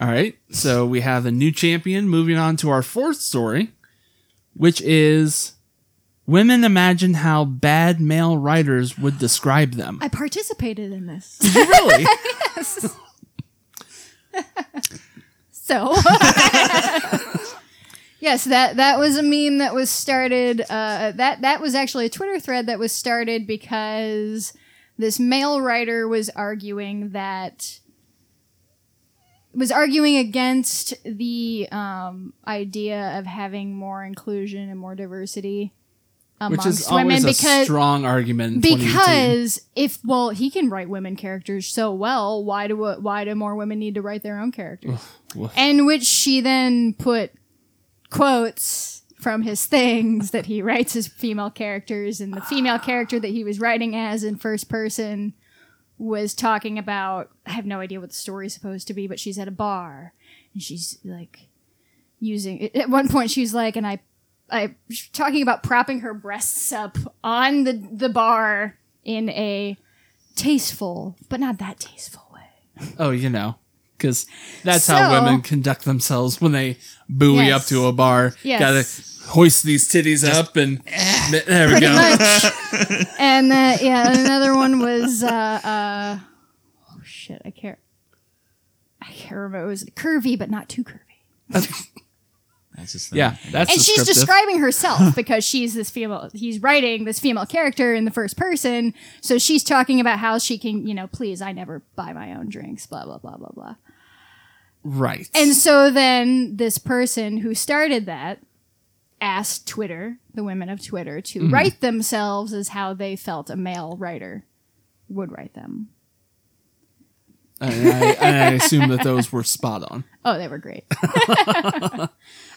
Speaker 2: All right. So we have a new champion. Moving on to our fourth story, which is women imagine how bad male writers would describe them.
Speaker 1: I participated in this.
Speaker 2: really?
Speaker 1: So yes, that that was a meme that was started. Uh, that that was actually a Twitter thread that was started because this male writer was arguing that was arguing against the um, idea of having more inclusion and more diversity
Speaker 2: Which
Speaker 1: amongst
Speaker 2: is
Speaker 1: women
Speaker 2: always a
Speaker 1: because
Speaker 2: strong argument. In 2018.
Speaker 1: because if well he can write women characters so well why do why do more women need to write their own characters
Speaker 2: woof.
Speaker 1: and which she then put quotes from his things that he writes his female characters and the female character that he was writing as in first person was talking about I have no idea what the story's supposed to be but she's at a bar and she's like using at one point she's like and I I she's talking about propping her breasts up on the the bar in a tasteful but not that tasteful way.
Speaker 2: oh, you know, because that's how
Speaker 1: So-
Speaker 2: women conduct themselves when they buoy
Speaker 1: Yes.
Speaker 2: up to a bar.
Speaker 1: Yes.
Speaker 2: Gotta hoist these titties up and there we
Speaker 1: Pretty
Speaker 2: go.
Speaker 1: much. and uh, yeah, and another one was uh, uh, oh shit, I can't I can't remember. It was curvy but not too curvy.
Speaker 3: That's his thing.
Speaker 2: Yeah, that's
Speaker 1: and she's
Speaker 2: descriptive.
Speaker 1: describing herself because she's this female he's writing this female character in the first person so she's talking about how she can you know please i never buy my own drinks blah blah blah blah blah
Speaker 2: right.
Speaker 1: and so then this person who started that asked twitter the women of twitter to
Speaker 2: Mm-hmm.
Speaker 1: write themselves as how they felt a male writer would write them
Speaker 2: and I, and I assume that those were spot on.
Speaker 1: oh they were great a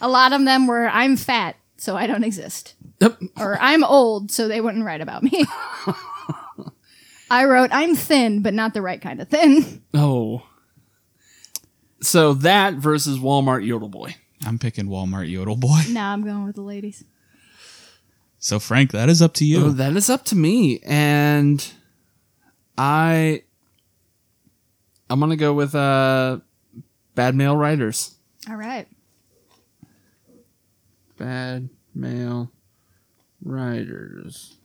Speaker 1: lot of them were i'm fat so i don't exist
Speaker 2: Yep.
Speaker 1: or I'm old, so they wouldn't write about me. I wrote, I'm thin, but not the right kind of thin.
Speaker 2: Oh. So that versus Walmart Yodel Boy.
Speaker 3: I'm picking Walmart Yodel Boy.
Speaker 1: Now I'm going with the ladies.
Speaker 3: So Frank, that is up to you.
Speaker 2: Oh, that is up to me. And I I'm gonna go with uh Bad Male Writers.
Speaker 1: All right.
Speaker 2: Bad Male Writers.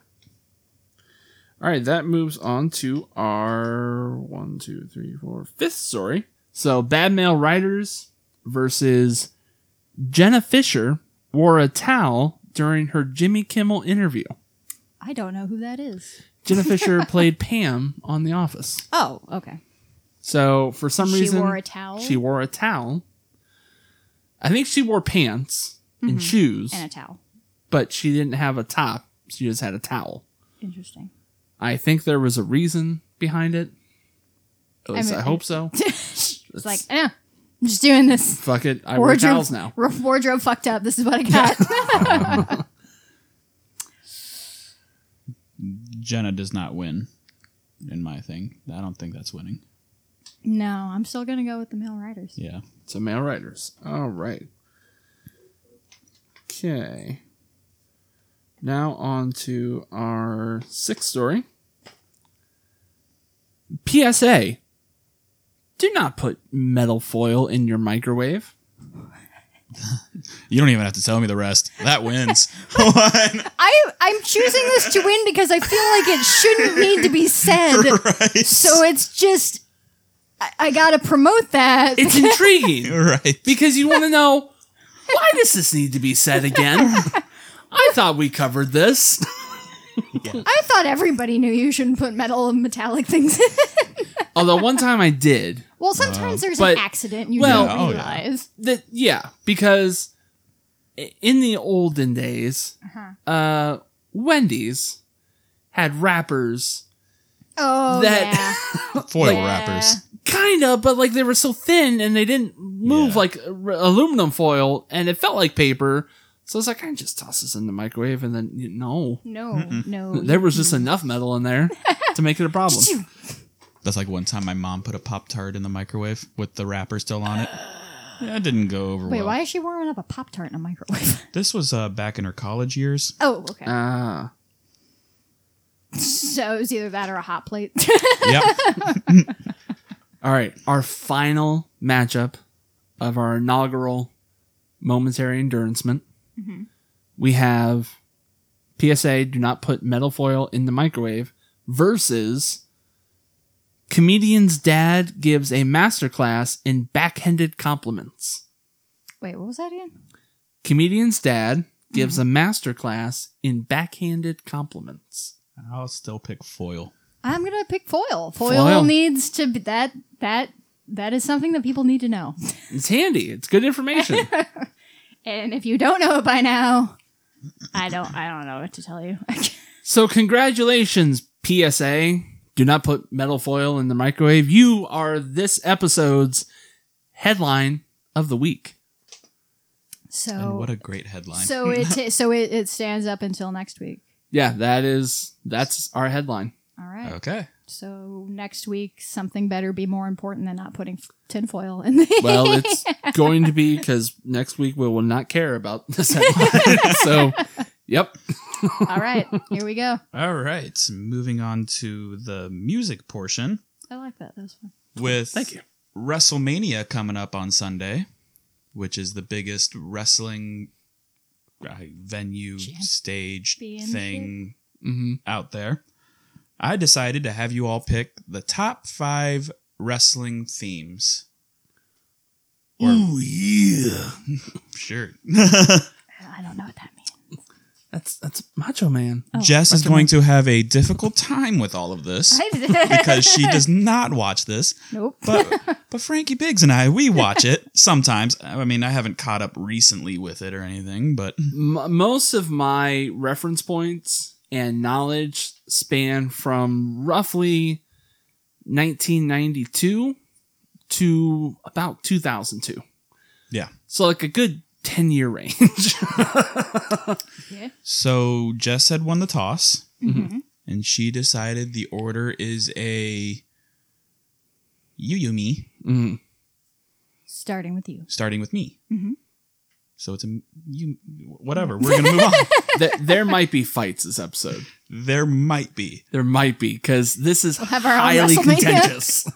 Speaker 2: Alright, that moves on to our one, two, three, four, fifth story. So Bad Male Writers versus Jenna Fisher wore a towel during her Jimmy Kimmel interview.
Speaker 1: I don't know who that is.
Speaker 2: Jenna Fisher played Pam on The Office.
Speaker 1: Oh, okay.
Speaker 2: So for some
Speaker 1: She
Speaker 2: reason,
Speaker 1: wore a towel?
Speaker 2: She wore a towel. I think she wore pants and shoes,
Speaker 1: Mm-hmm. And a towel.
Speaker 2: but she didn't have a top. She just had a towel.
Speaker 1: Interesting.
Speaker 2: I think there was a reason behind it.
Speaker 1: I
Speaker 2: At least I,
Speaker 1: mean-
Speaker 2: hope so.
Speaker 1: It's like, eh, I'm just doing this.
Speaker 2: Fuck it, I wear towels now.
Speaker 1: ro- wardrobe fucked up. This is what I got.
Speaker 3: Jenna does not win in my thing. I don't think that's winning.
Speaker 1: No, I'm still gonna go with the male writers.
Speaker 3: Yeah.
Speaker 2: It's a male writers. All right. Okay. Now on to our sixth story. PSA. Do not put metal foil in your microwave.
Speaker 3: You don't even have to tell me the rest. That wins.
Speaker 1: I I'm choosing this to win because I feel like it shouldn't need to be said.
Speaker 3: right.
Speaker 1: So it's just I, I gotta promote that.
Speaker 2: It's intriguing
Speaker 3: right.
Speaker 2: because you want to know why does this need to be said again? I thought we covered this.
Speaker 1: I thought everybody knew you shouldn't put metal and metallic things in.
Speaker 2: Although one time I did.
Speaker 1: well, sometimes there's
Speaker 2: But-
Speaker 1: an accident and you
Speaker 2: well-
Speaker 1: don't
Speaker 3: Oh, yeah.
Speaker 1: realize.
Speaker 2: that yeah because i- in the olden days uh wendy's had wrappers
Speaker 1: Oh
Speaker 2: That-
Speaker 1: yeah.
Speaker 3: Foil
Speaker 1: Yeah.
Speaker 3: wrappers.
Speaker 2: kind of but like they were so thin and they didn't move
Speaker 3: Yeah.
Speaker 2: like uh, r- aluminum foil and it felt like paper so it's like i just toss this in the microwrave and then you no
Speaker 1: No, no.
Speaker 2: there was just enough metal in there to make it a problem
Speaker 3: That's like one time my mom put a Pop Tart in the microwave with the wrapper still on it. Yeah, it didn't go over
Speaker 1: Wait,
Speaker 3: well.
Speaker 1: why is she warming up a Pop Tart in a microwave?
Speaker 3: This was uh, back in her college years.
Speaker 1: oh, okay.
Speaker 2: ah
Speaker 1: so it was either that or a hot plate.
Speaker 3: yep.
Speaker 2: all right our final matchup of our inaugural momentary endurancement we have PSA do not put metal foil in the microwave versus comedian's dad gives a masterclass in backhanded compliments.
Speaker 1: Wait, what was that again?
Speaker 2: Comedian's dad gives a masterclass in backhanded compliments.
Speaker 3: I'll still pick foil.
Speaker 1: I'm gonna pick foil. Foil,
Speaker 2: Foil.
Speaker 1: needs to be that that that is something that people need to know.
Speaker 2: It's handy. It's good information.
Speaker 1: And if you don't know it by now, I don't I don't know what to tell you.
Speaker 2: so congratulations PSA. Do not put metal foil in the microwave. You are this episode's headline of the week.
Speaker 1: so
Speaker 3: And what a great headline.
Speaker 1: so it so it, it stands up until next week.
Speaker 2: Yeah, that is that's our headline.
Speaker 1: All right.
Speaker 3: okay.
Speaker 1: So next week something better be more important than not putting f- tinfoil in the
Speaker 2: Well, it's going to be because next week we will not care about this headline. so, yep.
Speaker 1: All right, here we go.
Speaker 3: All right. Moving on to the music portion
Speaker 1: I like that. That was fun.
Speaker 3: with
Speaker 2: Thank you.
Speaker 3: WrestleMania coming up on Sunday, which is the biggest wrestling uh, venue, stage,
Speaker 1: Championship?
Speaker 3: thing
Speaker 2: hmm
Speaker 3: out there. I decided to have you all pick the top five wrestling themes.
Speaker 2: Oh yeah,
Speaker 3: Sure.
Speaker 1: I don't know what that means.
Speaker 2: that's that's Macho Man.
Speaker 3: Jess is going to have a difficult time with all of this because she does not watch this.
Speaker 1: nope.
Speaker 3: But but Frankie Biggs and I, we watch it sometimes. I mean, I haven't caught up recently with it or anything, but
Speaker 2: M- most of my reference points and knowledge span from roughly 1992 to about 2002.
Speaker 3: yeah.
Speaker 2: So like a good 10 year range.
Speaker 1: Yeah.
Speaker 3: So Jess had won the toss,
Speaker 1: Mhm.
Speaker 3: and she decided the order is a you, you, me,
Speaker 2: Mhm.
Speaker 1: Starting with you.
Speaker 3: starting with me.
Speaker 2: Mm-hmm.
Speaker 1: Mhm.
Speaker 3: So it's a m- you, whatever. We're gonna move on.
Speaker 2: Th- there might be fights this episode.
Speaker 3: There might be.
Speaker 2: There might be because this is
Speaker 1: have our own
Speaker 2: highly
Speaker 1: WrestleMania.
Speaker 2: contentious.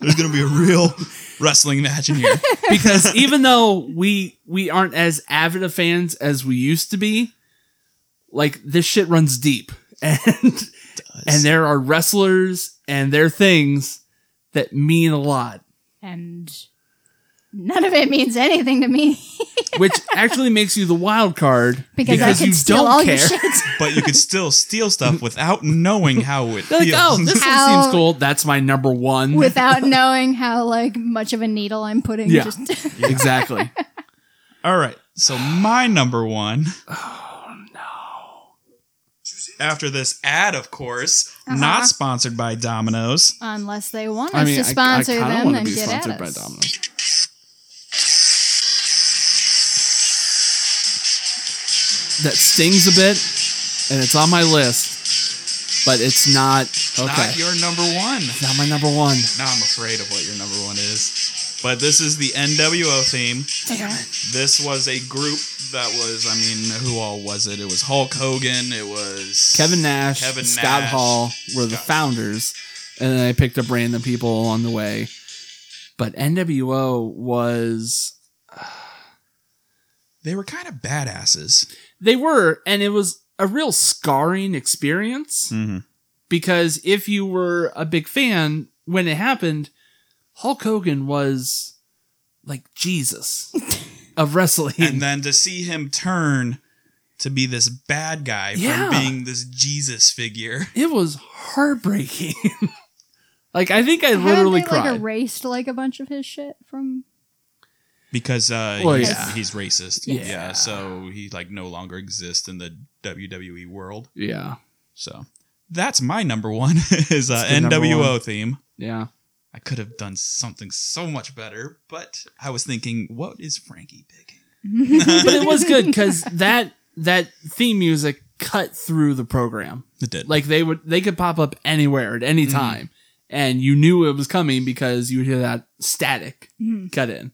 Speaker 3: There's gonna be a real wrestling match in here.
Speaker 2: because even though we we aren't as avid of fans as we used to be, like this shit runs deep, and and there are wrestlers and their things that mean a lot,
Speaker 1: And none of it means anything to me
Speaker 2: which actually makes you the wild card
Speaker 1: because, I can steal all your shit.
Speaker 3: but you could still steal stuff without knowing how it
Speaker 2: They're like,
Speaker 3: feels.
Speaker 2: oh, this one
Speaker 1: How-
Speaker 2: seems cool. That's my number one.
Speaker 1: without knowing how like much of a needle I'm putting.
Speaker 2: Yeah.
Speaker 1: Just
Speaker 2: exactly.
Speaker 3: All right. So my number one. Oh no. After this ad, of course, not sponsored by Domino's.
Speaker 1: unless they want us
Speaker 2: I mean,
Speaker 1: to
Speaker 2: I, I
Speaker 1: sponsor
Speaker 2: kind of
Speaker 1: them,
Speaker 2: want
Speaker 1: then
Speaker 2: to be
Speaker 1: get at
Speaker 2: sponsored by
Speaker 1: us.
Speaker 2: Domino's. That stings a bit, and it's on my list. but it's not okay.
Speaker 3: Not your number one.
Speaker 2: Not my number one.
Speaker 3: Now I'm afraid of what your number one is. But this is the NWO theme.
Speaker 1: Damn it.
Speaker 3: This was a group that was, I mean, who all was it? It was Hulk Hogan. It was
Speaker 2: Kevin Nash,
Speaker 3: Kevin
Speaker 2: Scott
Speaker 3: Nash.
Speaker 2: Hall were the
Speaker 3: Scott.
Speaker 2: founders, and then I picked up random people along the way. But NWO was
Speaker 3: They were kind of badasses.
Speaker 2: they were, and it was a real scarring experience
Speaker 3: Mm-hmm.
Speaker 2: because if you were a big fan when it happened, Hulk Hogan was like Jesus of wrestling.
Speaker 3: And then to see him turn to be this bad guy
Speaker 2: Yeah.
Speaker 3: from being this Jesus figure.
Speaker 2: it was heartbreaking. like I think I
Speaker 1: Haven't
Speaker 2: literally
Speaker 1: they,
Speaker 2: cried.
Speaker 1: Like erased like a bunch of his shit from.
Speaker 3: Because uh,
Speaker 2: Well,
Speaker 3: he's,
Speaker 2: yeah.
Speaker 3: he's racist.
Speaker 2: Yeah.
Speaker 3: Yeah. So he like no longer exists in the WWE world.
Speaker 2: yeah,
Speaker 3: So that's my number one is uh,
Speaker 2: That's good number
Speaker 3: NWO
Speaker 2: one.
Speaker 3: theme.
Speaker 2: yeah.
Speaker 3: I could have done something so much better, but I was thinking, what is Frankie picking?
Speaker 2: but it was good because that that theme music cut through the program.
Speaker 3: It did.
Speaker 2: Like they would, they could pop up anywhere at any time, and you knew it was coming because you would hear that static cut in,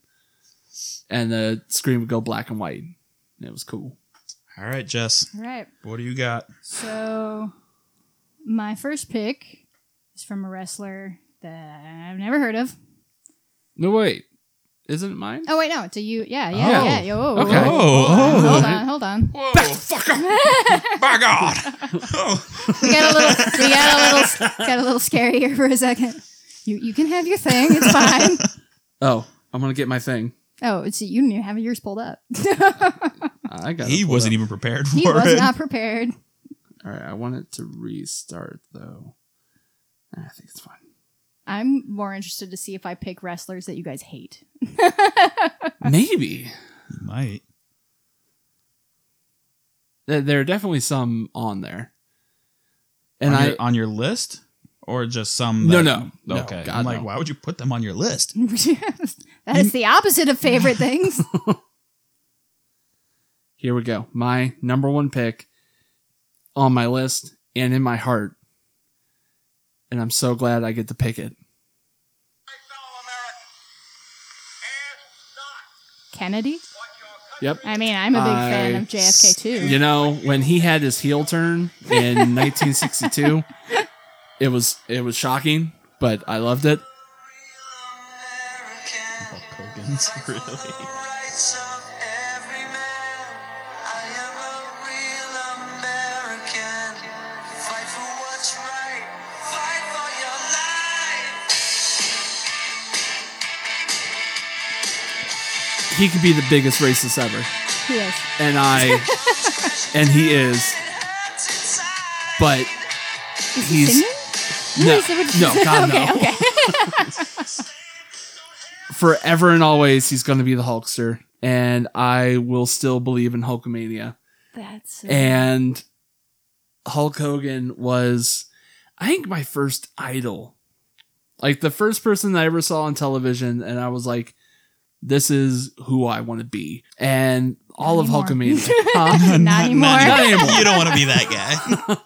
Speaker 2: and the screen would go black and white. And it was cool.
Speaker 3: All right, Jess,
Speaker 1: All right.
Speaker 3: what do you got?
Speaker 1: So, my first pick is from a wrestler that I've never heard of.
Speaker 2: No wait, isn't it mine?
Speaker 1: Oh wait, no, it's a you. Yeah, yeah,
Speaker 2: Oh.
Speaker 1: yeah. Yo, whoa,
Speaker 2: Okay.
Speaker 1: whoa, whoa.
Speaker 3: Oh,
Speaker 1: Hold on, hold on.
Speaker 3: Whoa. Back the fuck up. By God. Oh.
Speaker 1: We got a little, we got a little, got a little scary here for a second. You, you can have your thing. It's fine.
Speaker 2: Oh, I'm gonna get my thing.
Speaker 1: Oh, it's you didn't even have yours pulled up.
Speaker 2: I got.
Speaker 3: He wasn't even prepared for
Speaker 1: he was
Speaker 3: it.
Speaker 1: not prepared.
Speaker 2: All right, I want it to restart though. I think it's fine.
Speaker 1: I'm more interested to see if I pick wrestlers that you guys hate.
Speaker 2: Maybe.
Speaker 3: He might.
Speaker 2: There- There are definitely some on there. And
Speaker 3: on
Speaker 2: I
Speaker 3: your, on your list? Or just some?
Speaker 2: No,
Speaker 3: that-
Speaker 2: no. No,
Speaker 3: Okay.
Speaker 2: God,
Speaker 3: I'm like,
Speaker 2: no.
Speaker 3: why would you put them on your list?
Speaker 1: that is the opposite of favorite things.
Speaker 2: here we go. My number one pick on my list and in my heart. And I'm so glad I get to pick it.
Speaker 4: My fellow Americans, ask not
Speaker 1: Kennedy.
Speaker 4: what your
Speaker 2: Yep.
Speaker 4: country
Speaker 1: I mean, I'm a big
Speaker 2: I-
Speaker 1: fan of JFK too.
Speaker 2: You know, when he had his heel turn in 1962, it was it was shocking, but I loved it.
Speaker 4: American
Speaker 3: Hogan's, really?
Speaker 4: rights of every man. I am a real American. Fight for what's right. Fight for your life.
Speaker 2: He could be the biggest racist ever.
Speaker 1: He is.
Speaker 2: And I and he is,
Speaker 4: It hurts inside.
Speaker 2: but
Speaker 1: Is he
Speaker 2: he's
Speaker 1: singing?
Speaker 2: no,
Speaker 1: Is it-
Speaker 2: no, God no.
Speaker 1: okay, okay.
Speaker 2: forever and always he's going to be the Hulkster, and I will still believe in Hulkamania.
Speaker 1: That's so-
Speaker 2: And Hulk Hogan was, I think, my first idol. Like the first person that I ever saw on television, and I was like, "This is who I want to be." And all of
Speaker 1: anymore.
Speaker 2: Hulkamania, huh?
Speaker 1: not anymore.
Speaker 2: Not anymore.
Speaker 3: you don't want to be that guy.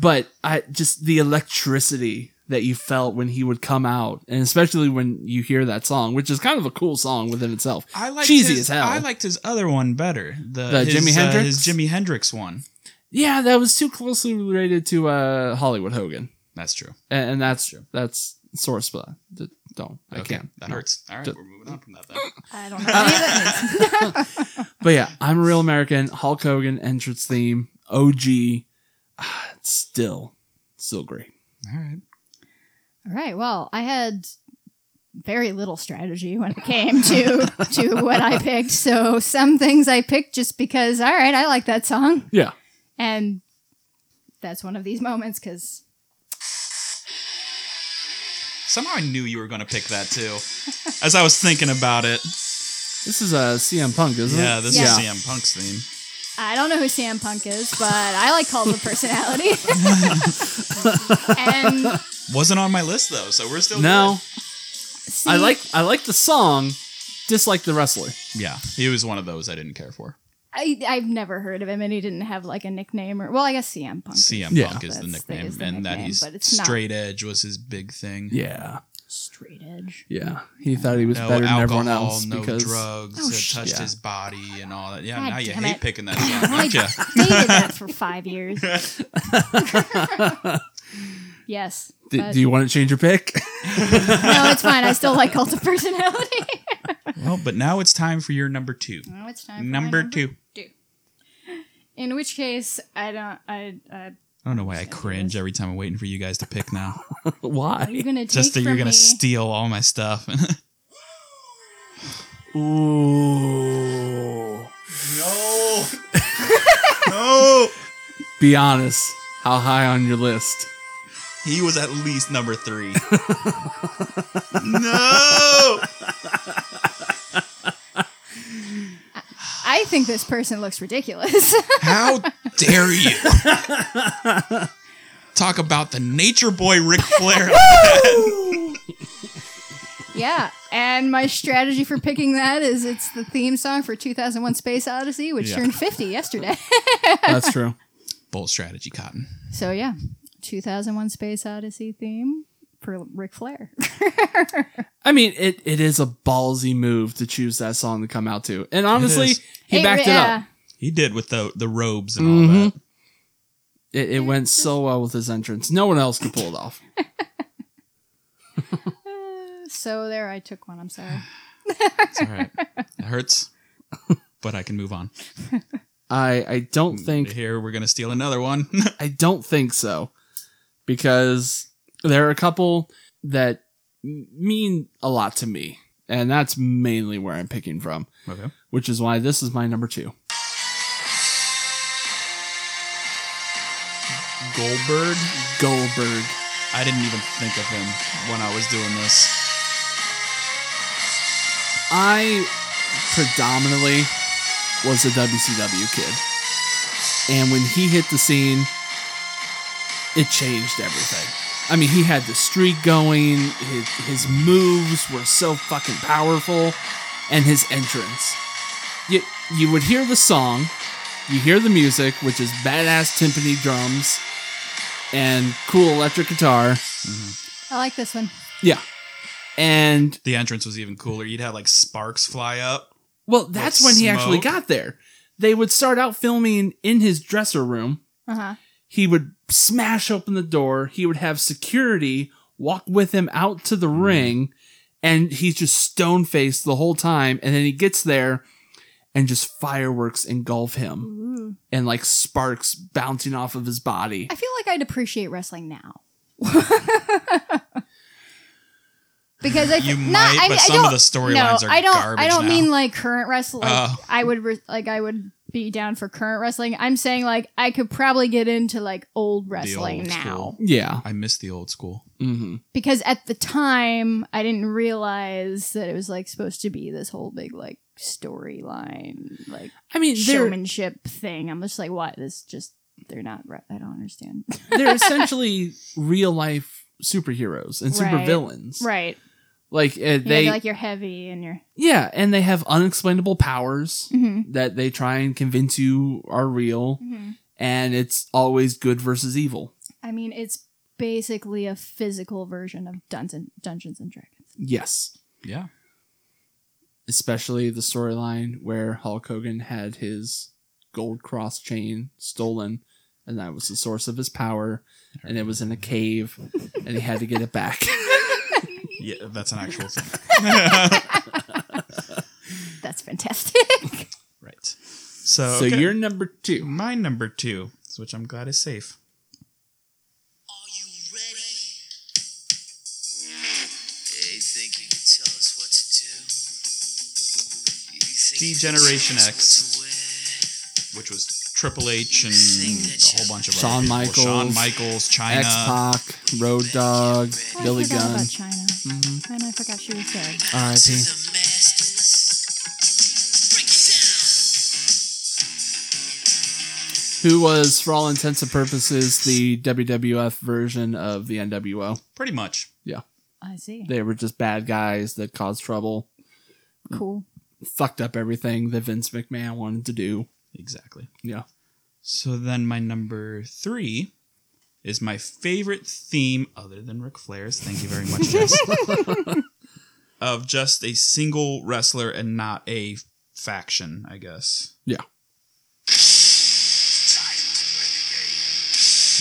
Speaker 2: but I just the electricity that you felt when he would come out, and especially when you hear that song, which is kind of a cool song within itself.
Speaker 3: I liked
Speaker 2: cheesy
Speaker 3: his,
Speaker 2: as hell.
Speaker 3: I liked his other one better. The,
Speaker 2: The
Speaker 3: his,
Speaker 2: Jimi
Speaker 3: uh,
Speaker 2: Hendrix?
Speaker 3: his Jimi Hendrix one.
Speaker 2: Yeah, that was too closely related to uh, Hollywood Hogan,
Speaker 3: That's true.
Speaker 2: and, and that's that's source for that. D- Don't I
Speaker 3: Okay,
Speaker 2: can't.
Speaker 3: That hurts. All right,
Speaker 2: Ju-
Speaker 3: we're moving on from that. Then.
Speaker 1: I don't know. any
Speaker 2: Uh,
Speaker 1: of those.
Speaker 2: But yeah, I'm a real American. Hulk Hogan entrance theme, OG. Ah, it's still, still great.
Speaker 3: All right.
Speaker 1: All right. Well, I had very little strategy when it came to to what I picked. So some things I picked just because. All right, I like that song,
Speaker 2: Yeah,
Speaker 1: and that's one of these moments because
Speaker 3: Somehow I knew you were going to pick that too. As I was thinking about it.
Speaker 2: Mm-hmm. this is a CM Punk, isn't it?
Speaker 3: Yeah, this
Speaker 1: Yeah.
Speaker 3: is CM Punk's theme.
Speaker 1: I don't know who Sam Punk is, but I like Cult of Personality. and
Speaker 3: Wasn't on my list though, so we're still
Speaker 2: No,
Speaker 1: see,
Speaker 2: I like I like the song, dislike the wrestler.
Speaker 3: good. Yeah, he was one of those I didn't care for.
Speaker 1: I, I've never heard of him, and he didn't have like a nickname or well, I guess CM Punk. is-
Speaker 3: CM
Speaker 2: Yeah.
Speaker 3: Punk is the
Speaker 1: That's the-
Speaker 3: nickname,
Speaker 1: is the
Speaker 3: and that
Speaker 1: nickname,
Speaker 3: he's
Speaker 1: but it's not-
Speaker 3: straight edge was his big thing.
Speaker 2: Yeah.
Speaker 1: Straight edge.
Speaker 2: Yeah. He thought he was
Speaker 3: No
Speaker 2: better
Speaker 3: alcohol,
Speaker 2: than everyone else
Speaker 3: no
Speaker 2: because
Speaker 3: drugs
Speaker 1: Oh,
Speaker 3: that
Speaker 1: sh-
Speaker 3: touched
Speaker 2: yeah.
Speaker 3: his body and all that. Yeah,
Speaker 1: God
Speaker 3: now you
Speaker 1: damn
Speaker 3: hate
Speaker 1: it.
Speaker 3: picking that
Speaker 1: Well,
Speaker 3: song,
Speaker 1: I
Speaker 3: don't you?
Speaker 1: dated that for five years. yes.
Speaker 2: D-
Speaker 1: but-
Speaker 2: do you want to change your pick?
Speaker 1: no, it's fine. I still like cult of personality.
Speaker 3: Well, but now it's time for your number two.
Speaker 1: now it's time. for my
Speaker 3: Number two.
Speaker 1: In which case, I don't. I. I
Speaker 3: I don't know why I cringe every time I'm waiting for you guys to pick now.
Speaker 1: are you
Speaker 2: Why?
Speaker 1: gonna take
Speaker 3: Just that
Speaker 1: from
Speaker 3: you're gonna
Speaker 1: me?
Speaker 3: steal all my stuff.
Speaker 2: Ooh.
Speaker 3: no, no.
Speaker 2: Be honest. How high on your list?
Speaker 3: He was at least number three. no.
Speaker 1: I think this person looks ridiculous.
Speaker 3: How dare you? Talk about the nature boy Ric Flair.
Speaker 1: yeah, and my strategy for picking that is it's the theme song for 2001: Space Odyssey, which
Speaker 3: Yeah.
Speaker 1: turned 50 yesterday.
Speaker 2: That's true.
Speaker 3: Bold strategy, Cotton.
Speaker 1: so yeah, 2001: Space Odyssey theme for Ric Flair.
Speaker 2: I mean, it, it is a ballsy move to choose that song to come out to. And honestly,
Speaker 3: is.
Speaker 2: he
Speaker 1: Hey,
Speaker 2: backed it
Speaker 1: yeah.
Speaker 2: up.
Speaker 3: He did with the the robes and all that.
Speaker 2: It, it went so well with his entrance. No one else could pull it off.
Speaker 1: So there, I took one. I'm sorry.
Speaker 3: It's all right. It hurts, but I can move on.
Speaker 2: I, I don't think
Speaker 3: Here we're gonna steal another one.
Speaker 2: I don't think so. Because there are a couple that m- mean a lot to me. And that's mainly where I'm picking from,
Speaker 3: okay.
Speaker 2: which is why this is my number two.
Speaker 3: Goldberg.
Speaker 2: Goldberg.
Speaker 3: I didn't even think of him when I was doing this.
Speaker 2: I predominantly was a WCW kid. And when he hit the scene, it changed everything. I mean, he had the streak going, his, his moves were so fucking powerful, and his entrance. You, you would hear the song, you hear the music, which is badass timpani drums and cool electric guitar.
Speaker 1: I like this one.
Speaker 2: Yeah. And
Speaker 3: The entrance was even cooler. You'd have like sparks fly up.
Speaker 2: Well, that's when he actually
Speaker 3: smoke.
Speaker 2: got there. They would start out filming in his dresser room.
Speaker 1: Uh huh.
Speaker 2: He would smash open the door. He would have security walk with him out to the ring, and he's just stone faced the whole time. And then he gets there, and just fireworks engulf him,
Speaker 1: Ooh.
Speaker 2: and like sparks bouncing off of his body.
Speaker 1: I feel like I'd appreciate wrestling now. because I
Speaker 3: You
Speaker 1: thi-
Speaker 3: might,
Speaker 1: I
Speaker 3: but
Speaker 1: mean, I
Speaker 3: some of
Speaker 1: don't-
Speaker 3: the storylines
Speaker 1: no,
Speaker 3: are
Speaker 1: I don't,
Speaker 3: garbage
Speaker 1: I don't
Speaker 3: now.
Speaker 1: mean like current wrestling. Like,
Speaker 3: Oh.
Speaker 1: I would re- like I would be down for current wrestling. I'm saying like I could probably get into like old wrestling
Speaker 3: old
Speaker 1: now
Speaker 3: school.
Speaker 2: Yeah.
Speaker 3: I miss the old school.
Speaker 2: hmm
Speaker 1: because at the time I didn't realize that it was like supposed to be this whole big like storyline like
Speaker 2: I mean, they're
Speaker 1: showmanship thing. I'm just like what this just they're not. Re- I don't understand.
Speaker 2: they're essentially real life superheroes and
Speaker 1: Right.
Speaker 2: supervillains.
Speaker 1: right.
Speaker 2: Like uh,
Speaker 1: You know,
Speaker 2: they
Speaker 1: they're like you're heavy and you're
Speaker 2: Yeah, and they have unexplainable powers
Speaker 1: Mhm.
Speaker 2: that they try and convince you are real, and it's always good versus evil.
Speaker 1: I mean, it's basically a physical version of Dungeon, Dungeons and Dragons.
Speaker 2: Yes.
Speaker 3: Yeah.
Speaker 2: Especially the storyline where Hulk Hogan had his gold cross chain stolen, and that was the source of his power, and it was in a cave, and he had to get it back.
Speaker 3: Yeah, that's an actual thing.
Speaker 1: That's fantastic.
Speaker 3: Right. So,
Speaker 2: So
Speaker 3: okay.
Speaker 2: you're number two.
Speaker 3: my number two, which I'm glad is safe.
Speaker 4: Are you ready? Hey, you think you can tell us what to do? You think you can
Speaker 3: Degeneration
Speaker 4: tell us
Speaker 3: X.
Speaker 4: what to wear?
Speaker 3: which was Triple H and a whole bunch of other
Speaker 2: Shawn
Speaker 3: people.
Speaker 2: Michaels.
Speaker 3: Shawn Michaels, China.
Speaker 2: X Pac, Road Dog,
Speaker 1: I
Speaker 2: Billy
Speaker 1: forgot
Speaker 2: Gunn. Mm-hmm.
Speaker 1: about China, and I forgot she was dead.
Speaker 4: To
Speaker 2: R.I.P.
Speaker 4: the masters. Break it down.
Speaker 2: Who was, for all intents and purposes, the WWF version of the NWO.
Speaker 3: Pretty much.
Speaker 2: Yeah.
Speaker 1: I see.
Speaker 2: They were just bad guys that caused trouble,
Speaker 1: Cool.
Speaker 2: fucked up everything that Vince McMahon wanted to do.
Speaker 3: Exactly.
Speaker 2: Yeah.
Speaker 3: So then my number three is my favorite theme other than Ric Flair's. Thank you very much, Jess. of just a single wrestler and not a faction, I guess.
Speaker 2: Yeah.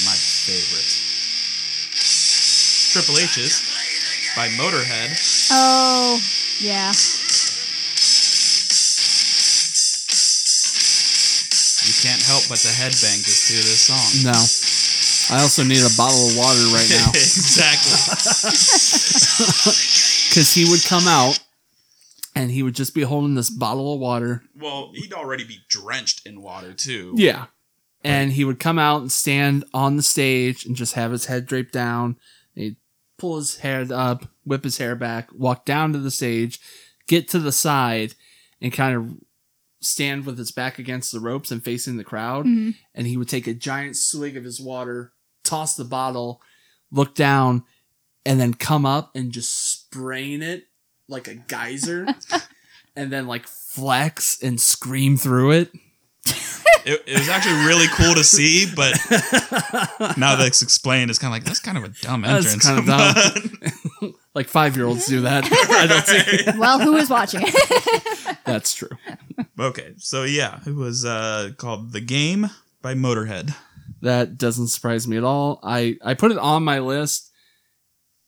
Speaker 3: My favorite. Triple H's by Motorhead.
Speaker 1: Oh, yeah.
Speaker 3: You can't help but to headbang this to this song.
Speaker 2: No. I also need a bottle of water right now
Speaker 3: exactly.
Speaker 2: because he would come out and he would just be holding this bottle of water.
Speaker 3: Well, he'd already be drenched in water too.
Speaker 2: Yeah. And he would come out and stand on the stage and just have his head draped down. He'd pull his hair up, whip his hair back, walk down to the stage, get to the side, and kind of stand with his back against the ropes and facing the crowd.
Speaker 1: Mhm.
Speaker 2: And he would take a giant swig of his water, toss the bottle, look down, and then come up and just sprain it like a geyser. and then like flex and scream through it.
Speaker 3: It, it was actually really cool to see, but now that it's explained, it's kind of like that's kind of a dumb
Speaker 2: That's
Speaker 3: entrance.
Speaker 2: kind of dumb. like five year olds do that. I don't see.
Speaker 1: Well, who is watching it?
Speaker 2: That's true.
Speaker 3: okay, so yeah, it was uh, called "The Game" by Motorhead.
Speaker 2: That doesn't surprise me at all. I I put it on my list.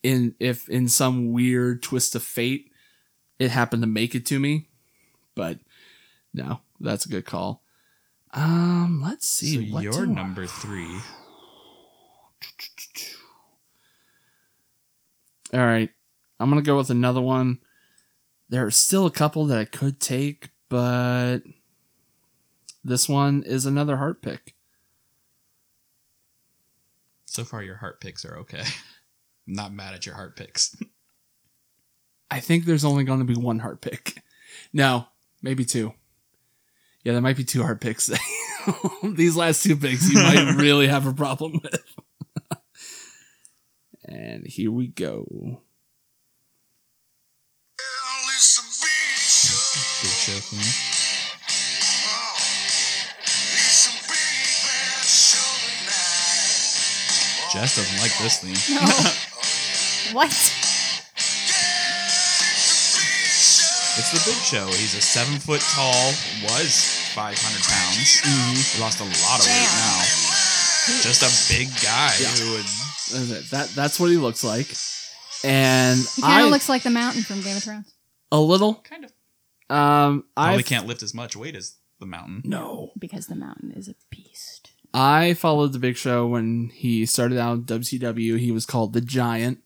Speaker 2: In if in some weird twist of fate, it happened to make it to me, but no, that's a good call. Um, let's see.
Speaker 3: so
Speaker 2: what
Speaker 3: your
Speaker 2: do I-
Speaker 3: number three.
Speaker 2: All right. I'm going to go with another one. There are still a couple that I could take, but this one is another heart pick.
Speaker 3: So far, your heart picks are okay. I'm not mad at your heart picks.
Speaker 2: I think there's only going to be one heart pick. No, maybe two. Yeah, there might be two heart picks. These last two picks you might really have a problem with. and here we go.
Speaker 3: Big show theme. Jess doesn't like this theme.
Speaker 1: No. What?
Speaker 3: It's the Big Show. He's a seven foot tall. Was 500 pounds.
Speaker 2: Mm-hmm.
Speaker 3: He lost a lot of weight now. Just a big guy who would
Speaker 2: That's it. That that's what he looks like. And
Speaker 1: He kind
Speaker 2: I
Speaker 1: of looks like the mountain from Game of Thrones.
Speaker 2: a little
Speaker 3: kind of
Speaker 2: um
Speaker 3: probably
Speaker 2: I
Speaker 3: can't lift as much weight as the mountain.
Speaker 2: No.
Speaker 1: Because the mountain is a beast.
Speaker 2: I followed the Big Show when he started out in WCW. He was called the Giant.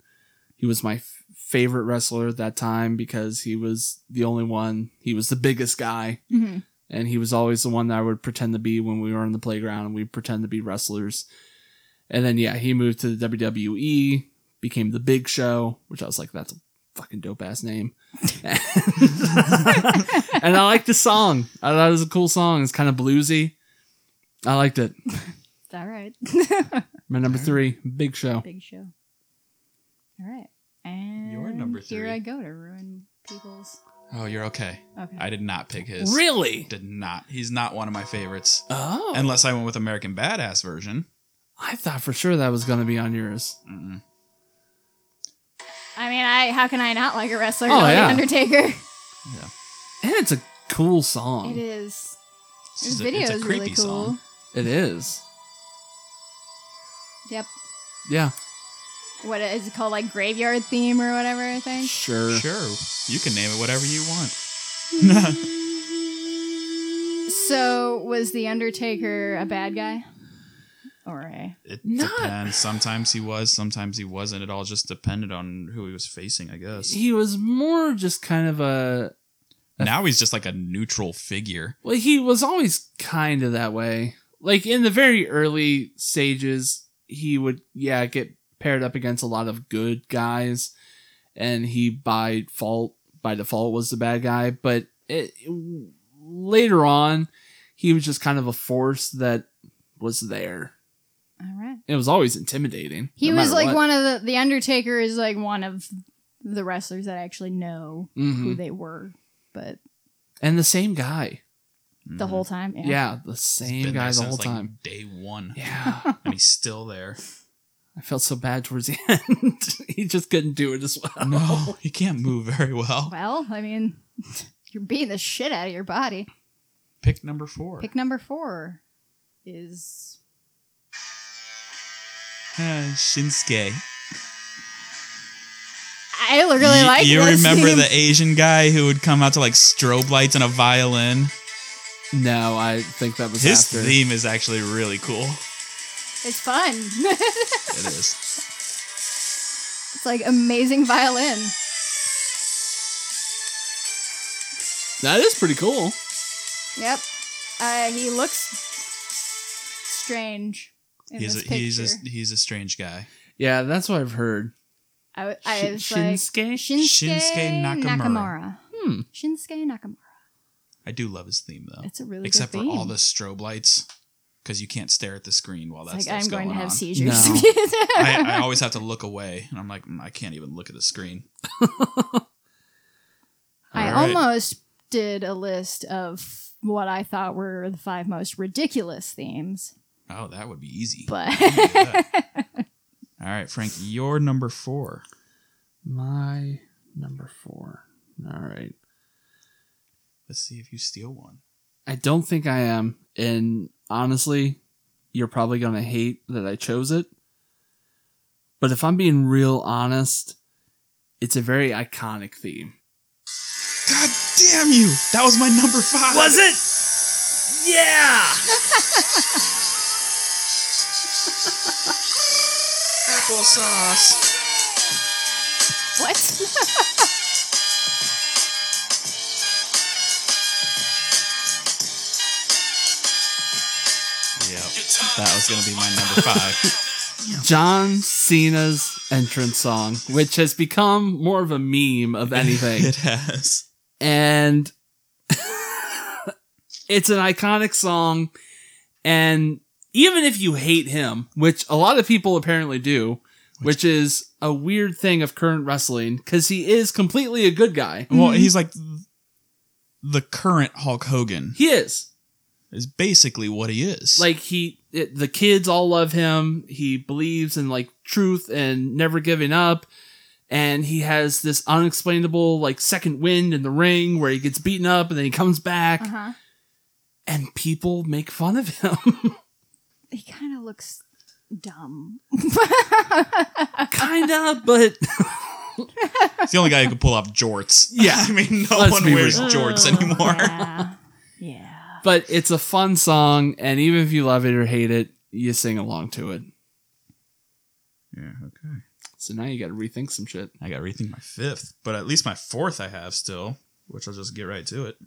Speaker 2: He was my f- favorite wrestler at that time because he was the only one. He was the biggest guy,
Speaker 1: hmm
Speaker 2: and he was always the one that I would pretend to be when we were on the playground and we pretend to be wrestlers. And then yeah, he moved to the WWE, became the Big Show, which I was like, that's a fucking dope ass name. and I liked the song. I thought it was a cool song. It's kind of bluesy. I liked it.
Speaker 1: It's all right.
Speaker 2: My number three, Big
Speaker 3: Oh.
Speaker 2: Show.
Speaker 1: Big show. All right. And
Speaker 3: number
Speaker 1: Here
Speaker 3: three.
Speaker 1: I go to ruin people's.
Speaker 3: Oh, you're okay.
Speaker 1: Okay.
Speaker 3: I did not pick his.
Speaker 2: Really?
Speaker 3: Did not. He's not one of my favorites.
Speaker 2: Oh.
Speaker 3: Unless I went with American Badass version.
Speaker 2: I thought for sure that was going to be on yours.
Speaker 1: I mean, I how can I not like a wrestler?
Speaker 2: Oh,
Speaker 1: called The
Speaker 2: yeah.
Speaker 1: Undertaker.
Speaker 2: And it's a cool song.
Speaker 1: It is.
Speaker 3: It's
Speaker 1: His
Speaker 3: just a-
Speaker 1: video
Speaker 3: it's a
Speaker 1: is
Speaker 3: creepy
Speaker 1: really cool.
Speaker 3: song.
Speaker 2: It is.
Speaker 1: Yep.
Speaker 2: Yeah.
Speaker 1: What is it called? Like graveyard theme or whatever. I think.
Speaker 2: Sure.
Speaker 3: Sure. You can name it whatever you want.
Speaker 1: So was the Undertaker a bad guy? Or a
Speaker 3: It
Speaker 2: Not-
Speaker 3: depends. Sometimes he was, sometimes he wasn't. It all just depended on who he was facing, I guess.
Speaker 2: He was more just kind of a.
Speaker 3: Now he's just like a neutral figure.
Speaker 2: Well, he was always kind of that way. Like in the very early stages, he would, yeah, get paired up against a lot of good guys. And he, by fault, by default, was the bad guy. But it, later on, he was just kind of a force that was there.
Speaker 1: all right.
Speaker 2: It was always intimidating.
Speaker 1: He was like one of the the Undertaker is like one of the
Speaker 3: Mm-hmm.
Speaker 1: wrestlers that I actually know
Speaker 2: hmm
Speaker 1: who they were, but
Speaker 2: And the same guy.
Speaker 3: Mm-hmm.
Speaker 1: the whole time.
Speaker 2: Yeah, the same
Speaker 3: Mm. Been
Speaker 2: guy
Speaker 3: there
Speaker 2: the
Speaker 3: since,
Speaker 2: whole
Speaker 3: like,
Speaker 2: time.
Speaker 3: Day one.
Speaker 2: Yeah,
Speaker 3: And he's still there.
Speaker 2: I felt so bad towards the end. he just couldn't do it as well.
Speaker 3: No, he can't move very well.
Speaker 1: Well, I mean, you're beating the shit out of your body.
Speaker 3: Pick number four.
Speaker 1: Pick number four is
Speaker 3: Uh, Shinsuke.
Speaker 1: I really
Speaker 3: Y-
Speaker 1: like.
Speaker 3: You
Speaker 1: this
Speaker 3: remember
Speaker 1: theme.
Speaker 3: the Asian guy who would come out to like strobe lights and a violin?
Speaker 2: No, I think that was
Speaker 3: His
Speaker 2: after.
Speaker 3: theme is actually really cool.
Speaker 1: It's fun. it's
Speaker 3: It is.
Speaker 1: like amazing violin.
Speaker 2: That is pretty cool.
Speaker 1: Yep. Uh, he looks strange. In
Speaker 3: He's a,
Speaker 1: this picture.
Speaker 3: he's a he's a strange guy.
Speaker 2: Yeah, that's what I've heard.
Speaker 1: I, w- I
Speaker 2: Shin-
Speaker 1: was
Speaker 2: Shinsuke?
Speaker 1: like Shinsuke,
Speaker 3: Shinsuke
Speaker 1: Nakamura.
Speaker 3: Nakamura.
Speaker 2: Hmm.
Speaker 1: Shinsuke Nakamura.
Speaker 3: I do love his theme though,
Speaker 1: It's a really
Speaker 3: except
Speaker 1: good
Speaker 3: for all
Speaker 1: theme.
Speaker 3: the strobe lights, because you can't stare at the screen while
Speaker 1: It's
Speaker 3: that's
Speaker 1: like I'm going, to have
Speaker 3: on.
Speaker 1: seizures.
Speaker 2: No.
Speaker 3: I, I always have to look away, and I'm like, "Mm, I can't even look at the screen.
Speaker 1: I
Speaker 3: All right.
Speaker 1: almost did a list of what I thought were the five most ridiculous themes,
Speaker 3: Oh, that would be easy.
Speaker 1: but
Speaker 3: Look at that. all right, Frank, you're number four.
Speaker 2: My number four. All right.
Speaker 3: Let's see if you steal one.
Speaker 2: I don't think I am. And honestly, you're probably going to hate that I chose it. But if I'm being real honest, it's a very iconic theme.
Speaker 3: God damn you! That was my number five. Was it?
Speaker 2: Yeah!
Speaker 3: Applesauce.
Speaker 1: what?
Speaker 3: Yep. That was gonna be my number five.
Speaker 2: John Cena's entrance song, which has become more of a meme of anything.
Speaker 3: it has.
Speaker 2: and it's an iconic song. And even if you hate him, which a lot of people apparently do, which is a weird thing of current wrestling, because he is completely a good guy.
Speaker 3: Well, he's like the current Hulk Hogan
Speaker 2: He is.
Speaker 3: is basically what he is.
Speaker 2: Like, he, it, the kids all love him. He believes in, like, truth and never giving up. And he has this unexplainable, like, second wind in the ring where he gets beaten up and then he comes back
Speaker 1: uh-huh.
Speaker 2: and people make fun of him.
Speaker 1: He kind of looks dumb.
Speaker 2: kind of, but
Speaker 3: it's the only guy who can pull off jorts.
Speaker 2: Yeah.
Speaker 3: I mean, no
Speaker 2: Let's
Speaker 3: one
Speaker 2: be
Speaker 3: wears
Speaker 2: real.
Speaker 3: jorts anymore.
Speaker 1: yeah. yeah.
Speaker 2: but it's a fun song, and even if you love it or hate it, you sing along to it.
Speaker 3: Yeah, okay.
Speaker 2: So now you got to rethink some shit.
Speaker 3: I got to rethink my fifth, but at least my fourth I have still, which I'll just get right to it.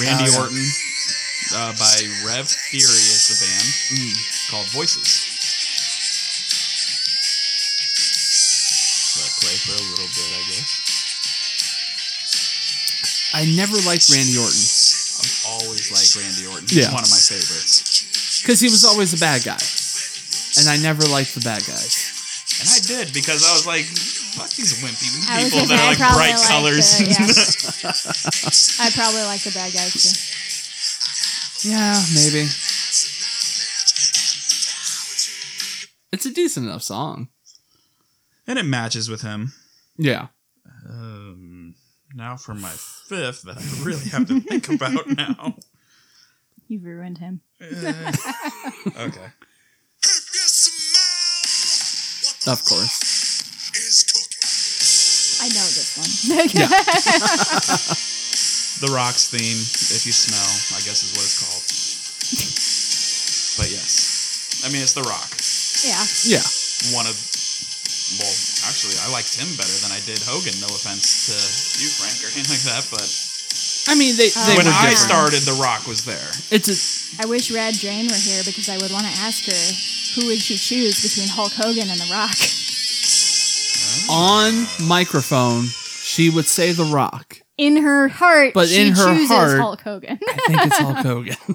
Speaker 3: Randy
Speaker 2: Oh, yeah.
Speaker 3: Orton uh, by Rev Theory is the band called Voices. So I'll play for a little bit, I
Speaker 2: I
Speaker 3: guess.
Speaker 2: never liked Randy Orton
Speaker 3: I've always liked Randy Orton. He's
Speaker 2: Yeah.
Speaker 3: one of my favorites.
Speaker 2: because he was always the bad guy, and I never liked the bad guys.
Speaker 3: And I did because I was like, fuck these wimpy
Speaker 1: I was
Speaker 3: people
Speaker 1: gonna say,
Speaker 3: that are
Speaker 1: I
Speaker 3: like
Speaker 1: probably
Speaker 3: bright
Speaker 1: like
Speaker 3: colors.
Speaker 1: the- yeah. I probably like the bad guys too.
Speaker 2: Yeah, maybe. It's a decent enough song.
Speaker 3: and it matches with him.
Speaker 2: Yeah.
Speaker 3: Um, now for my fifth that I really have to think about now.
Speaker 1: You've ruined him.
Speaker 3: Okay.
Speaker 2: Of course.
Speaker 1: I know this one.
Speaker 3: The Rock's theme, if you smell, I guess is what it's called. but yes. I mean, it's The Rock.
Speaker 1: yeah.
Speaker 2: Yeah.
Speaker 3: One of. Well, actually, I liked him better than I did Hogan. No offense to you, Frank, or anything like that, but
Speaker 2: I mean, they, they
Speaker 3: when
Speaker 2: were
Speaker 3: I
Speaker 2: different.
Speaker 3: started, The Rock was there.
Speaker 2: it's a,
Speaker 1: I wish Rad Jane were here because I would want to ask her who would she choose between Hulk Hogan and The Rock.
Speaker 2: on microphone. She would say The Rock.
Speaker 1: In her heart,
Speaker 2: But
Speaker 1: she
Speaker 2: in her
Speaker 1: chooses
Speaker 2: heart-
Speaker 1: Hulk Hogan.
Speaker 2: I think it's Hulk Hogan.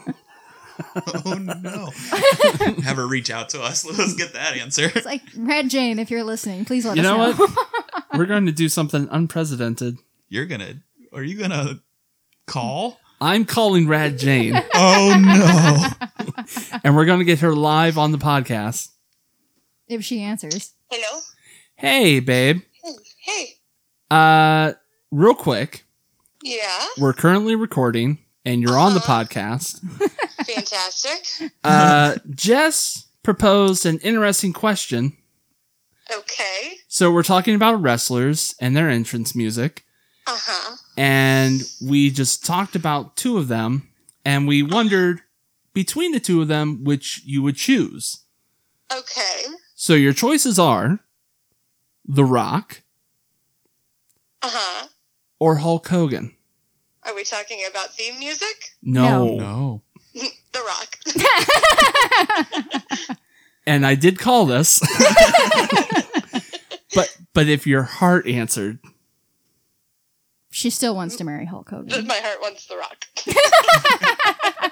Speaker 3: Oh no! Have her reach out to us. Let's get that answer.
Speaker 1: it's like Rad Jane, if you're listening, please let
Speaker 2: you
Speaker 1: us
Speaker 2: know
Speaker 1: know.
Speaker 2: what? We're going to do something unprecedented.
Speaker 3: You're gonna. Are you gonna call?
Speaker 2: I'm calling Rad Jane,
Speaker 3: Oh no!
Speaker 2: and we're going to get her live on the podcast.
Speaker 1: if she answers.
Speaker 4: Hello?
Speaker 2: Hey, babe.
Speaker 4: Hey.
Speaker 2: Uh, real quick,
Speaker 4: Yeah.
Speaker 2: we're currently recording, and you're on the
Speaker 1: Uh-huh.
Speaker 2: podcast.
Speaker 4: Fantastic.
Speaker 2: Uh, Jess proposed an interesting question.
Speaker 4: Okay.
Speaker 2: So we're talking about wrestlers and their entrance music,
Speaker 4: Uh huh.
Speaker 2: and we just talked about two of them, and we wondered between the two of them which you would choose.
Speaker 4: Okay.
Speaker 2: So your choices are The Rock
Speaker 4: Uh huh.
Speaker 2: or Hulk Hogan.
Speaker 4: Are we talking about theme music?
Speaker 2: No.
Speaker 1: No.
Speaker 3: No.
Speaker 4: the Rock.
Speaker 2: And I did call this. but but if your heart answered,
Speaker 1: She still wants to marry Hulk Hogan.
Speaker 4: My heart wants The Rock.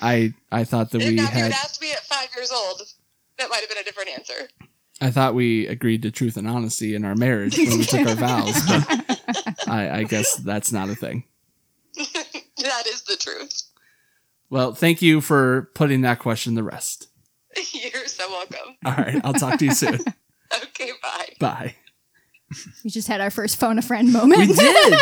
Speaker 2: I I thought that
Speaker 4: If
Speaker 2: we
Speaker 4: not, if you
Speaker 2: had
Speaker 4: had asked me at five years old, that might have been a different answer.
Speaker 2: I thought we agreed to truth and honesty in our marriage when we took our vows, but I, I guess that's not a thing.
Speaker 4: That is the truth.
Speaker 2: Well, thank you for putting that question to rest.
Speaker 4: You're so welcome.
Speaker 2: All right, I'll talk to you soon.
Speaker 4: Okay, bye.
Speaker 2: Bye.
Speaker 1: We just had our first phone a friend moment.
Speaker 2: We did.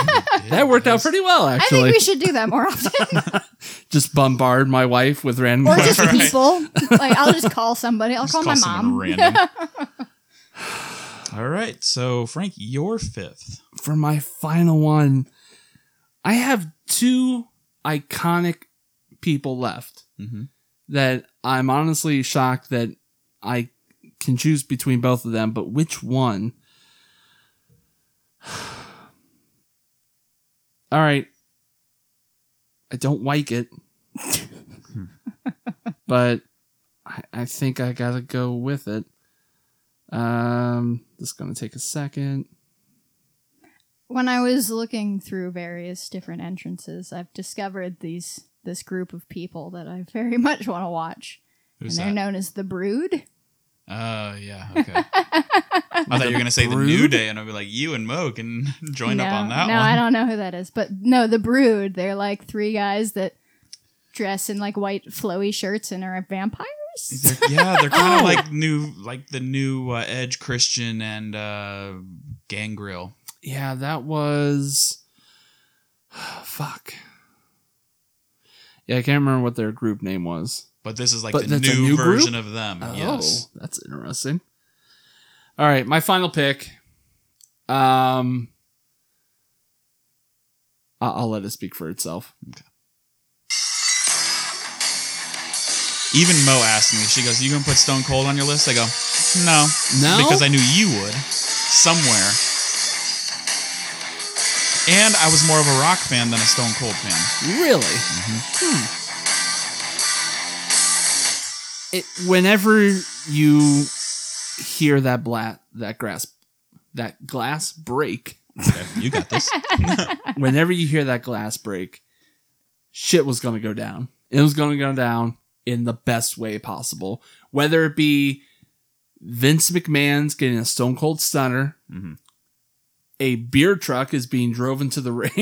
Speaker 2: That worked out pretty well,
Speaker 1: I
Speaker 2: actually.
Speaker 1: think we should do that more often.
Speaker 2: Just bombard my wife with random
Speaker 1: or just
Speaker 3: Right.
Speaker 1: people. Like I'll just call somebody. I'll
Speaker 3: Just
Speaker 1: call,
Speaker 3: call
Speaker 1: my
Speaker 3: someone
Speaker 1: mom.
Speaker 3: random. All right. So Frank, you're fifth.
Speaker 2: for my final one, I have two iconic people left
Speaker 3: Mhm.
Speaker 2: that I'm honestly shocked that I can choose between both of them, but which one? All right. I don't like it. but I, I think I gotta go with it. Um, this is gonna take a second.
Speaker 1: When I was looking through various different entrances, I've discovered these this group of people that I very much want to watch.
Speaker 3: Who's
Speaker 1: and they're
Speaker 3: that?
Speaker 1: known as the Brood.
Speaker 3: Oh yeah. Okay. I thought you were gonna say the new
Speaker 2: Brood?
Speaker 3: day, and I'd be like, you and Mo can join
Speaker 1: no,
Speaker 3: up on that
Speaker 1: no,
Speaker 3: one.
Speaker 1: I don't know who that is, but no, the Brood. They're like three guys that dress in like white flowy shirts and are vampires.
Speaker 3: They're- yeah, they're kind of
Speaker 2: Oh.
Speaker 3: like new, like the new uh, Edge Christian and uh, Gangrel.
Speaker 2: Yeah, that was fuck. Yeah, I can't remember what their group name was.
Speaker 3: But this is like
Speaker 2: But
Speaker 3: the
Speaker 2: that's a
Speaker 3: new,
Speaker 2: new group?
Speaker 3: version of them. Yes.
Speaker 2: Oh, that's interesting. All right, my final pick. Um, I- I'll let it speak for itself.
Speaker 3: Even Mo asked me. She goes, "You gonna put Stone Cold on your list?" I go, "No,
Speaker 2: No?
Speaker 3: because I knew you would somewhere." And I was more of a rock fan than a Stone Cold fan.
Speaker 2: Really? Hmm. It, whenever you hear that blat, that grass, that glass break.
Speaker 3: you got this.
Speaker 2: whenever you hear that glass break, shit was going to go down. It was going to go down in the best way possible. Whether it be Vince McMahon's getting a stone cold stunner,
Speaker 3: Mhm.
Speaker 2: a beer truck is being drove into the ring.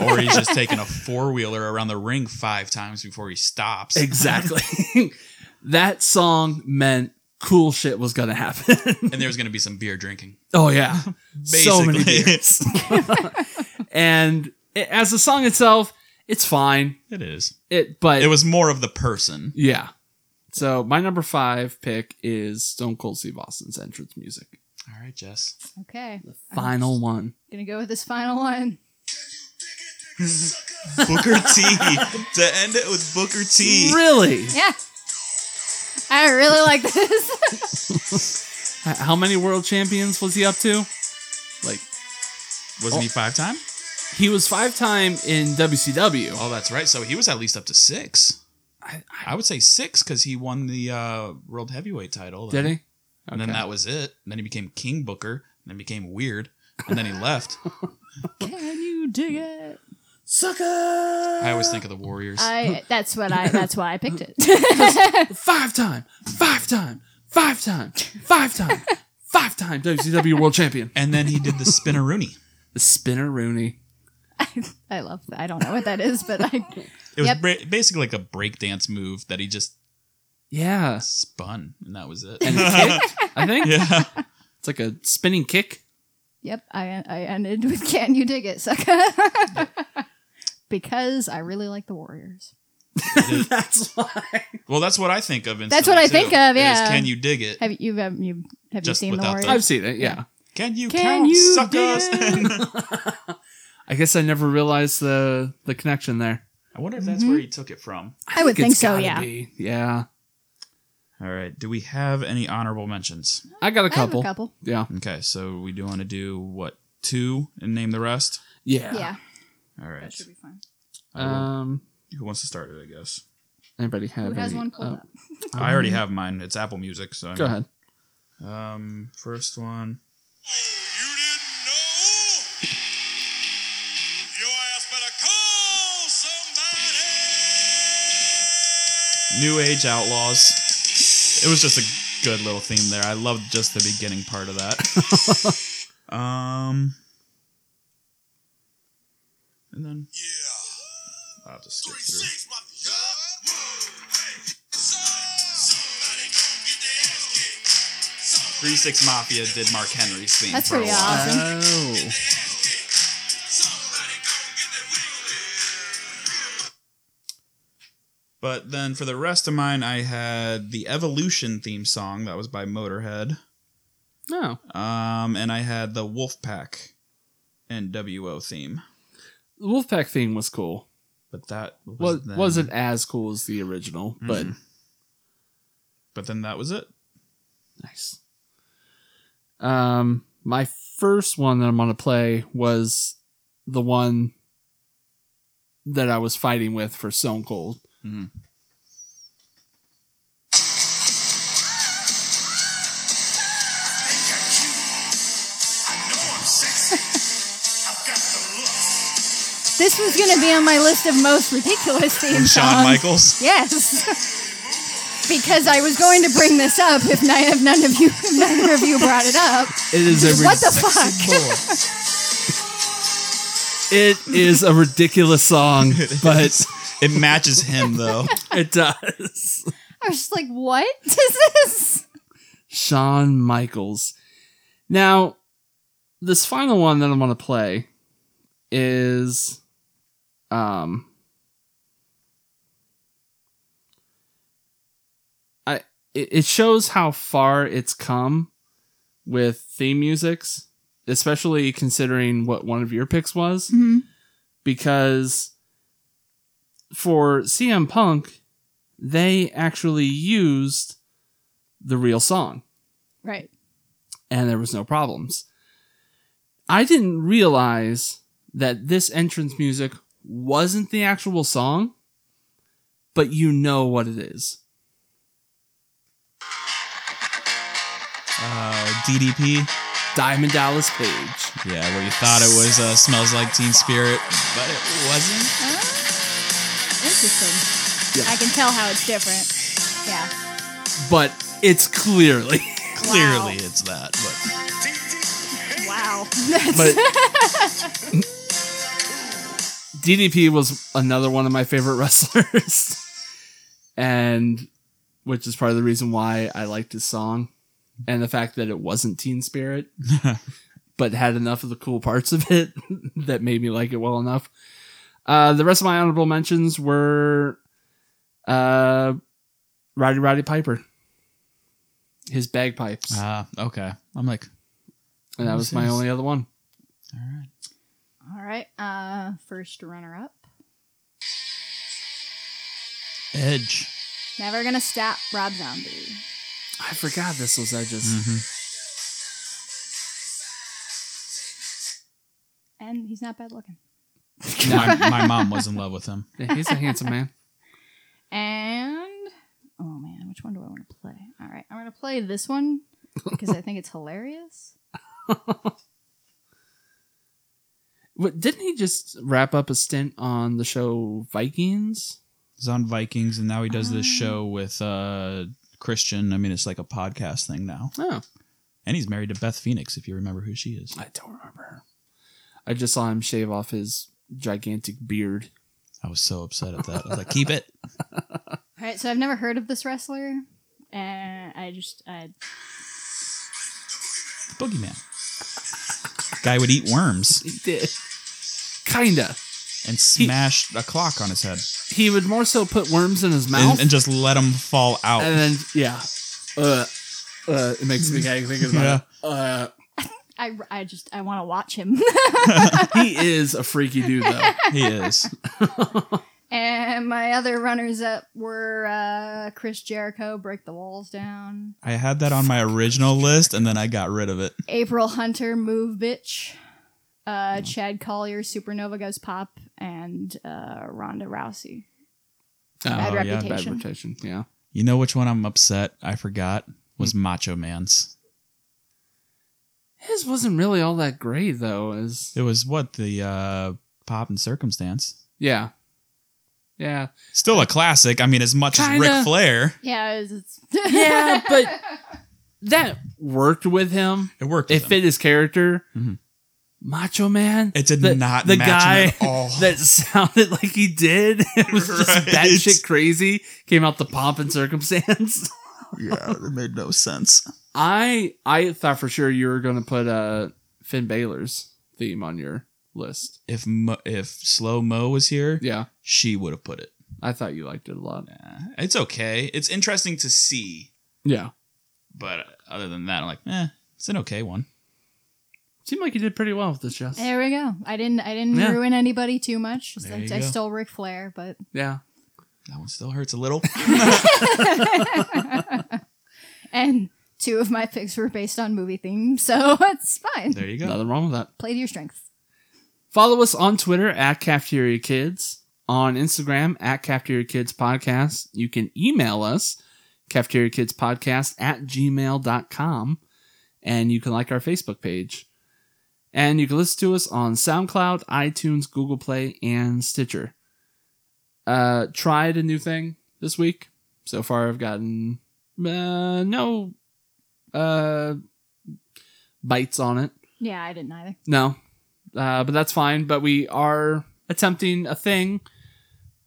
Speaker 3: or he's just taking a four wheeler around the ring five times before he stops.
Speaker 2: exactly. that song meant cool shit was going to happen.
Speaker 3: And there's gonna be some beer drinking.
Speaker 2: oh, yeah. So many
Speaker 3: Basically.
Speaker 2: beers. and it, as the song itself, it's fine.
Speaker 3: It is.
Speaker 2: It, but
Speaker 3: It was more of the person.
Speaker 2: Yeah. So my number five pick is Stone Cold Steve Austin's entrance music.
Speaker 3: All right, Jess.
Speaker 1: Okay.
Speaker 2: Final one.
Speaker 1: Gonna go with this final one.
Speaker 3: Booker T. to end it with Booker
Speaker 2: E.
Speaker 3: T.
Speaker 2: Really?
Speaker 1: Yeah. I really like this.
Speaker 2: H- How many world champions was he up to? Like
Speaker 3: Wasn't he five time?
Speaker 2: he was five time in WCW.
Speaker 3: Oh, that's right. So he was at least up to six.
Speaker 2: I, I,
Speaker 3: I would say six because he won the uh, world heavyweight title.
Speaker 2: did he?
Speaker 3: And then that was it. And then he became King Booker. And then became weird. And then he left.
Speaker 1: Can you dig it?
Speaker 2: sucker.
Speaker 3: I always think of the Warriors.
Speaker 1: I that's what I that's why I picked it.
Speaker 2: five time, five time, five time, five time, Five time WCW world champion.
Speaker 3: And then he did the spinneroonie.
Speaker 2: The spinner Rooney.
Speaker 1: I love that. I don't know what that is, but I
Speaker 3: It was
Speaker 1: Yep.
Speaker 3: bra- basically like a breakdance move that he just
Speaker 2: Yeah.
Speaker 3: spun, and that was it.
Speaker 2: And kicked, I think.
Speaker 3: yeah,
Speaker 2: It's like a spinning kick.
Speaker 1: Yep, I I ended with can you dig it, sucker? because I really like the Warriors.
Speaker 2: That's why.
Speaker 3: well, that's what I think of.
Speaker 1: That's what I
Speaker 3: instantly,
Speaker 1: think of,
Speaker 3: is
Speaker 1: yeah.
Speaker 3: can you dig it?
Speaker 1: Have you um, you have
Speaker 3: Just
Speaker 1: you seen the
Speaker 3: without the-
Speaker 1: Warriors?
Speaker 2: I've seen it, yeah.
Speaker 3: Can you
Speaker 1: Can
Speaker 3: count,
Speaker 1: you
Speaker 3: suckers?
Speaker 1: dig
Speaker 2: I guess I never realized the the connection there.
Speaker 3: I wonder if that's where
Speaker 2: Mm-hmm.
Speaker 3: he took it from.
Speaker 1: I would think
Speaker 2: it's
Speaker 1: so.
Speaker 2: gotta
Speaker 1: Yeah,
Speaker 2: be. Yeah.
Speaker 3: All right. Do we have any honorable mentions?
Speaker 2: I got a
Speaker 1: I have
Speaker 2: couple.
Speaker 1: a couple.
Speaker 2: Yeah.
Speaker 3: Okay, so we do want to do what two and name the rest.
Speaker 2: Yeah.
Speaker 1: Yeah,
Speaker 3: All right.
Speaker 1: be fine.
Speaker 2: Um
Speaker 3: Who wants to start it? I guess
Speaker 2: anybody have
Speaker 1: Who has
Speaker 2: any-
Speaker 1: one pulled
Speaker 2: uh,
Speaker 1: up?
Speaker 3: I already have mine. It's Apple Music. So I
Speaker 2: Go
Speaker 3: mean-
Speaker 2: ahead.
Speaker 3: Um, first one.
Speaker 4: You didn't know? Your ass better call somebody.
Speaker 3: New Age Outlaws. It was just a good little theme there. I loved just the beginning part of that. um, and then
Speaker 4: Yeah.
Speaker 3: I'll just skip
Speaker 4: Three,
Speaker 3: through.
Speaker 4: six, my- Yeah. Hey. Somebody gonna get their ass kicked. Somebody
Speaker 3: Three Six Mafia did Mark Henry's theme.
Speaker 1: That's
Speaker 3: for a
Speaker 1: pretty
Speaker 3: while.
Speaker 1: awesome.
Speaker 2: Oh.
Speaker 4: gonna get their ass kicked. Somebody gonna get their wiggle in.
Speaker 3: But then for the rest of mine, I had the Evolution theme song that was by Motorhead, Oh.
Speaker 2: No.
Speaker 3: um, and I had the Wolfpack NWO theme.
Speaker 2: The Wolfpack theme was cool.
Speaker 3: But that was
Speaker 2: Was
Speaker 3: then-
Speaker 2: wasn't as cool as the original, but
Speaker 3: Mhm. But then that was it.
Speaker 2: Nice. Um, my first one that I'm gonna play was the one that I was fighting with for Stone Cold.
Speaker 3: Mhm.
Speaker 4: Think I'm cute. I know I'm sexy. I've got the looks.
Speaker 1: This was going to be on my list of most ridiculous theme
Speaker 3: Shawn
Speaker 1: songs.
Speaker 3: Michaels.
Speaker 1: Yes. because I was going to bring this up if none if none of you if neither of you brought it up.
Speaker 2: It is a
Speaker 1: What the fuck?
Speaker 2: it is a ridiculous song, but
Speaker 3: It matches him though.
Speaker 2: it does.
Speaker 1: I was just like, what is this?
Speaker 2: Shawn Michaels. Now, this final one that I'm gonna play is um I it, it shows how far it's come with theme musics, especially considering what one of your picks was because for CM Punk, they actually used the real song
Speaker 1: Right.
Speaker 2: and there was no problems. I didn't realize that this entrance music wasn't the actual song, but you know what it is.
Speaker 3: Uh, DDP.
Speaker 2: Diamond Dallas Page.
Speaker 3: Yeah, where you thought it was uh, smells like Teen Spirit, but it wasn't.
Speaker 1: Ah, interesting.
Speaker 2: Yeah.
Speaker 1: I can tell how it's different. Yeah.
Speaker 2: But it's clearly.
Speaker 3: Clearly, it's that. But
Speaker 1: Wow.
Speaker 2: But DDP was another one of my favorite wrestlers. and which is part of the reason why I liked his song. And the fact that it wasn't Teen Spirit, but had enough of the cool parts of it that made me like it well enough. Uh, the rest of my honorable mentions were uh, Roddy Roddy Piper, his bagpipes.
Speaker 3: Ah, okay. I'm like,
Speaker 2: and that was my only other one.
Speaker 3: all right.
Speaker 1: All right. Uh first runner up.
Speaker 3: Edge.
Speaker 1: Never gonna stop Rob Zombie.
Speaker 2: I forgot this was Edge's.
Speaker 3: Mm. Mm-hmm.
Speaker 1: And he's not bad looking.
Speaker 3: my, my mom was in love with him.
Speaker 2: Yeah, he's a handsome man.
Speaker 1: And oh man, which one do I want to play? All right, I'm gonna play this one because I think it's hilarious.
Speaker 2: What, didn't he just wrap up a stint on the show Vikings?
Speaker 3: He's on Vikings, and
Speaker 2: Ah.
Speaker 3: now he does this show with uh, Christian. I mean, it's like a podcast thing now.
Speaker 2: Oh,
Speaker 3: And he's married to Beth Phoenix, if you remember who she is.
Speaker 2: I don't remember her. I just saw him shave off his gigantic beard.
Speaker 3: I was so upset at that. I was like, keep it.
Speaker 1: All right, so I've never heard of this wrestler, and Uh, I just I
Speaker 3: The boogeyman. Guy would eat worms
Speaker 2: He did. Kinda.
Speaker 3: and smash a clock on his head
Speaker 2: He would more so put worms in his mouth
Speaker 3: and, and just let him fall out.
Speaker 2: and then yeah, uh, uh, it makes me gag thinking about it.
Speaker 1: I, I just I want to watch him.
Speaker 2: Uh, he is a freaky dude though.
Speaker 3: he is.
Speaker 1: and my other runners up were uh, Chris Jericho, Break the Walls Down,
Speaker 3: I had that on my original list and then I got rid of it.
Speaker 1: April Hunter, Move Bitch, uh, Chad Collier, Supernova Goes Pop, and uh, Ronda Rousey. Bad
Speaker 2: Oh, yeah,
Speaker 1: reputation.
Speaker 2: bad reputation. Yeah,
Speaker 3: You know which one I'm upset I forgot
Speaker 2: Hmm.
Speaker 3: was Macho Man's.
Speaker 2: his wasn't really all that great though. Is
Speaker 3: It was what the uh, pop and circumstance.
Speaker 2: yeah, yeah,
Speaker 3: Still a classic. I mean, as much as
Speaker 2: Kinda.
Speaker 3: Ric Flair,
Speaker 1: Yeah, it was, it's
Speaker 2: yeah, but that worked with him.
Speaker 3: it worked.
Speaker 2: It
Speaker 3: with him.
Speaker 2: fit his character.
Speaker 3: Mhm.
Speaker 2: Macho Man.
Speaker 3: It did
Speaker 2: The-
Speaker 3: not
Speaker 2: The
Speaker 3: match
Speaker 2: guy
Speaker 3: him at all.
Speaker 2: that sounded like he did. It was just
Speaker 3: Right.
Speaker 2: batshit crazy. Came out the pomp and circumstance.
Speaker 3: yeah, it made no sense.
Speaker 2: I I thought for sure you were going to put uh Finn Balor's theme on your list.
Speaker 3: If Mo- if slow mo was here,
Speaker 2: Yeah,
Speaker 3: she would have put it.
Speaker 2: I thought you liked it a lot.
Speaker 3: It's okay. It's interesting to see,
Speaker 2: Yeah,
Speaker 3: but other than that, I'm like, eh, it's an okay one.
Speaker 2: seemed like you did pretty well with this, Jess.
Speaker 1: there we go. I didn't I didn't
Speaker 2: Yeah.
Speaker 1: ruin anybody too much.
Speaker 3: There
Speaker 1: I,
Speaker 3: you
Speaker 1: I
Speaker 3: go.
Speaker 1: stole Ric Flair, but
Speaker 2: Yeah,
Speaker 3: That one still hurts a little.
Speaker 1: and two of my picks were based on movie themes, so it's fine.
Speaker 3: there you go.
Speaker 2: nothing wrong with that.
Speaker 1: Play to your strengths.
Speaker 2: Follow us on Twitter at Cafeteria Kids, on Instagram at Cafeteria Kids Podcast. You can email us, Cafeteria Kids Podcast at gmail.com, and you can like our Facebook page. And you can listen to us on SoundCloud, iTunes, Google Play, and Stitcher. Uh, tried a new thing this week. So far, I've gotten uh, no uh, bites on it.
Speaker 1: Yeah, I didn't either.
Speaker 2: No, uh, but that's fine. But we are attempting a thing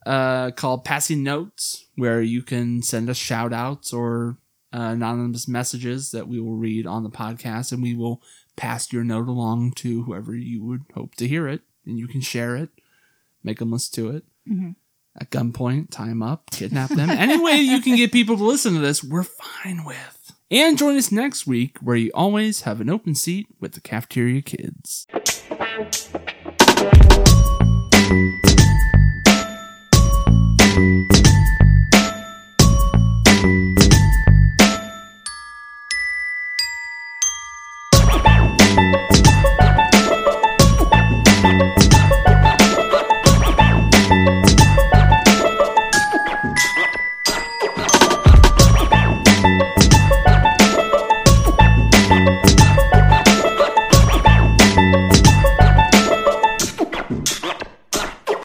Speaker 2: uh, called passing notes, where you can send us shout outs or uh, anonymous messages that we will read on the podcast, and we will pass your note along to whoever you would hope to hear it, and you can share it, make them listen to it.
Speaker 1: Mhm.
Speaker 2: At gunpoint, tie them up, kidnap them. Any way you can get people to listen to this, we're fine with. And join us next week, where you always have an open seat with the cafeteria kids.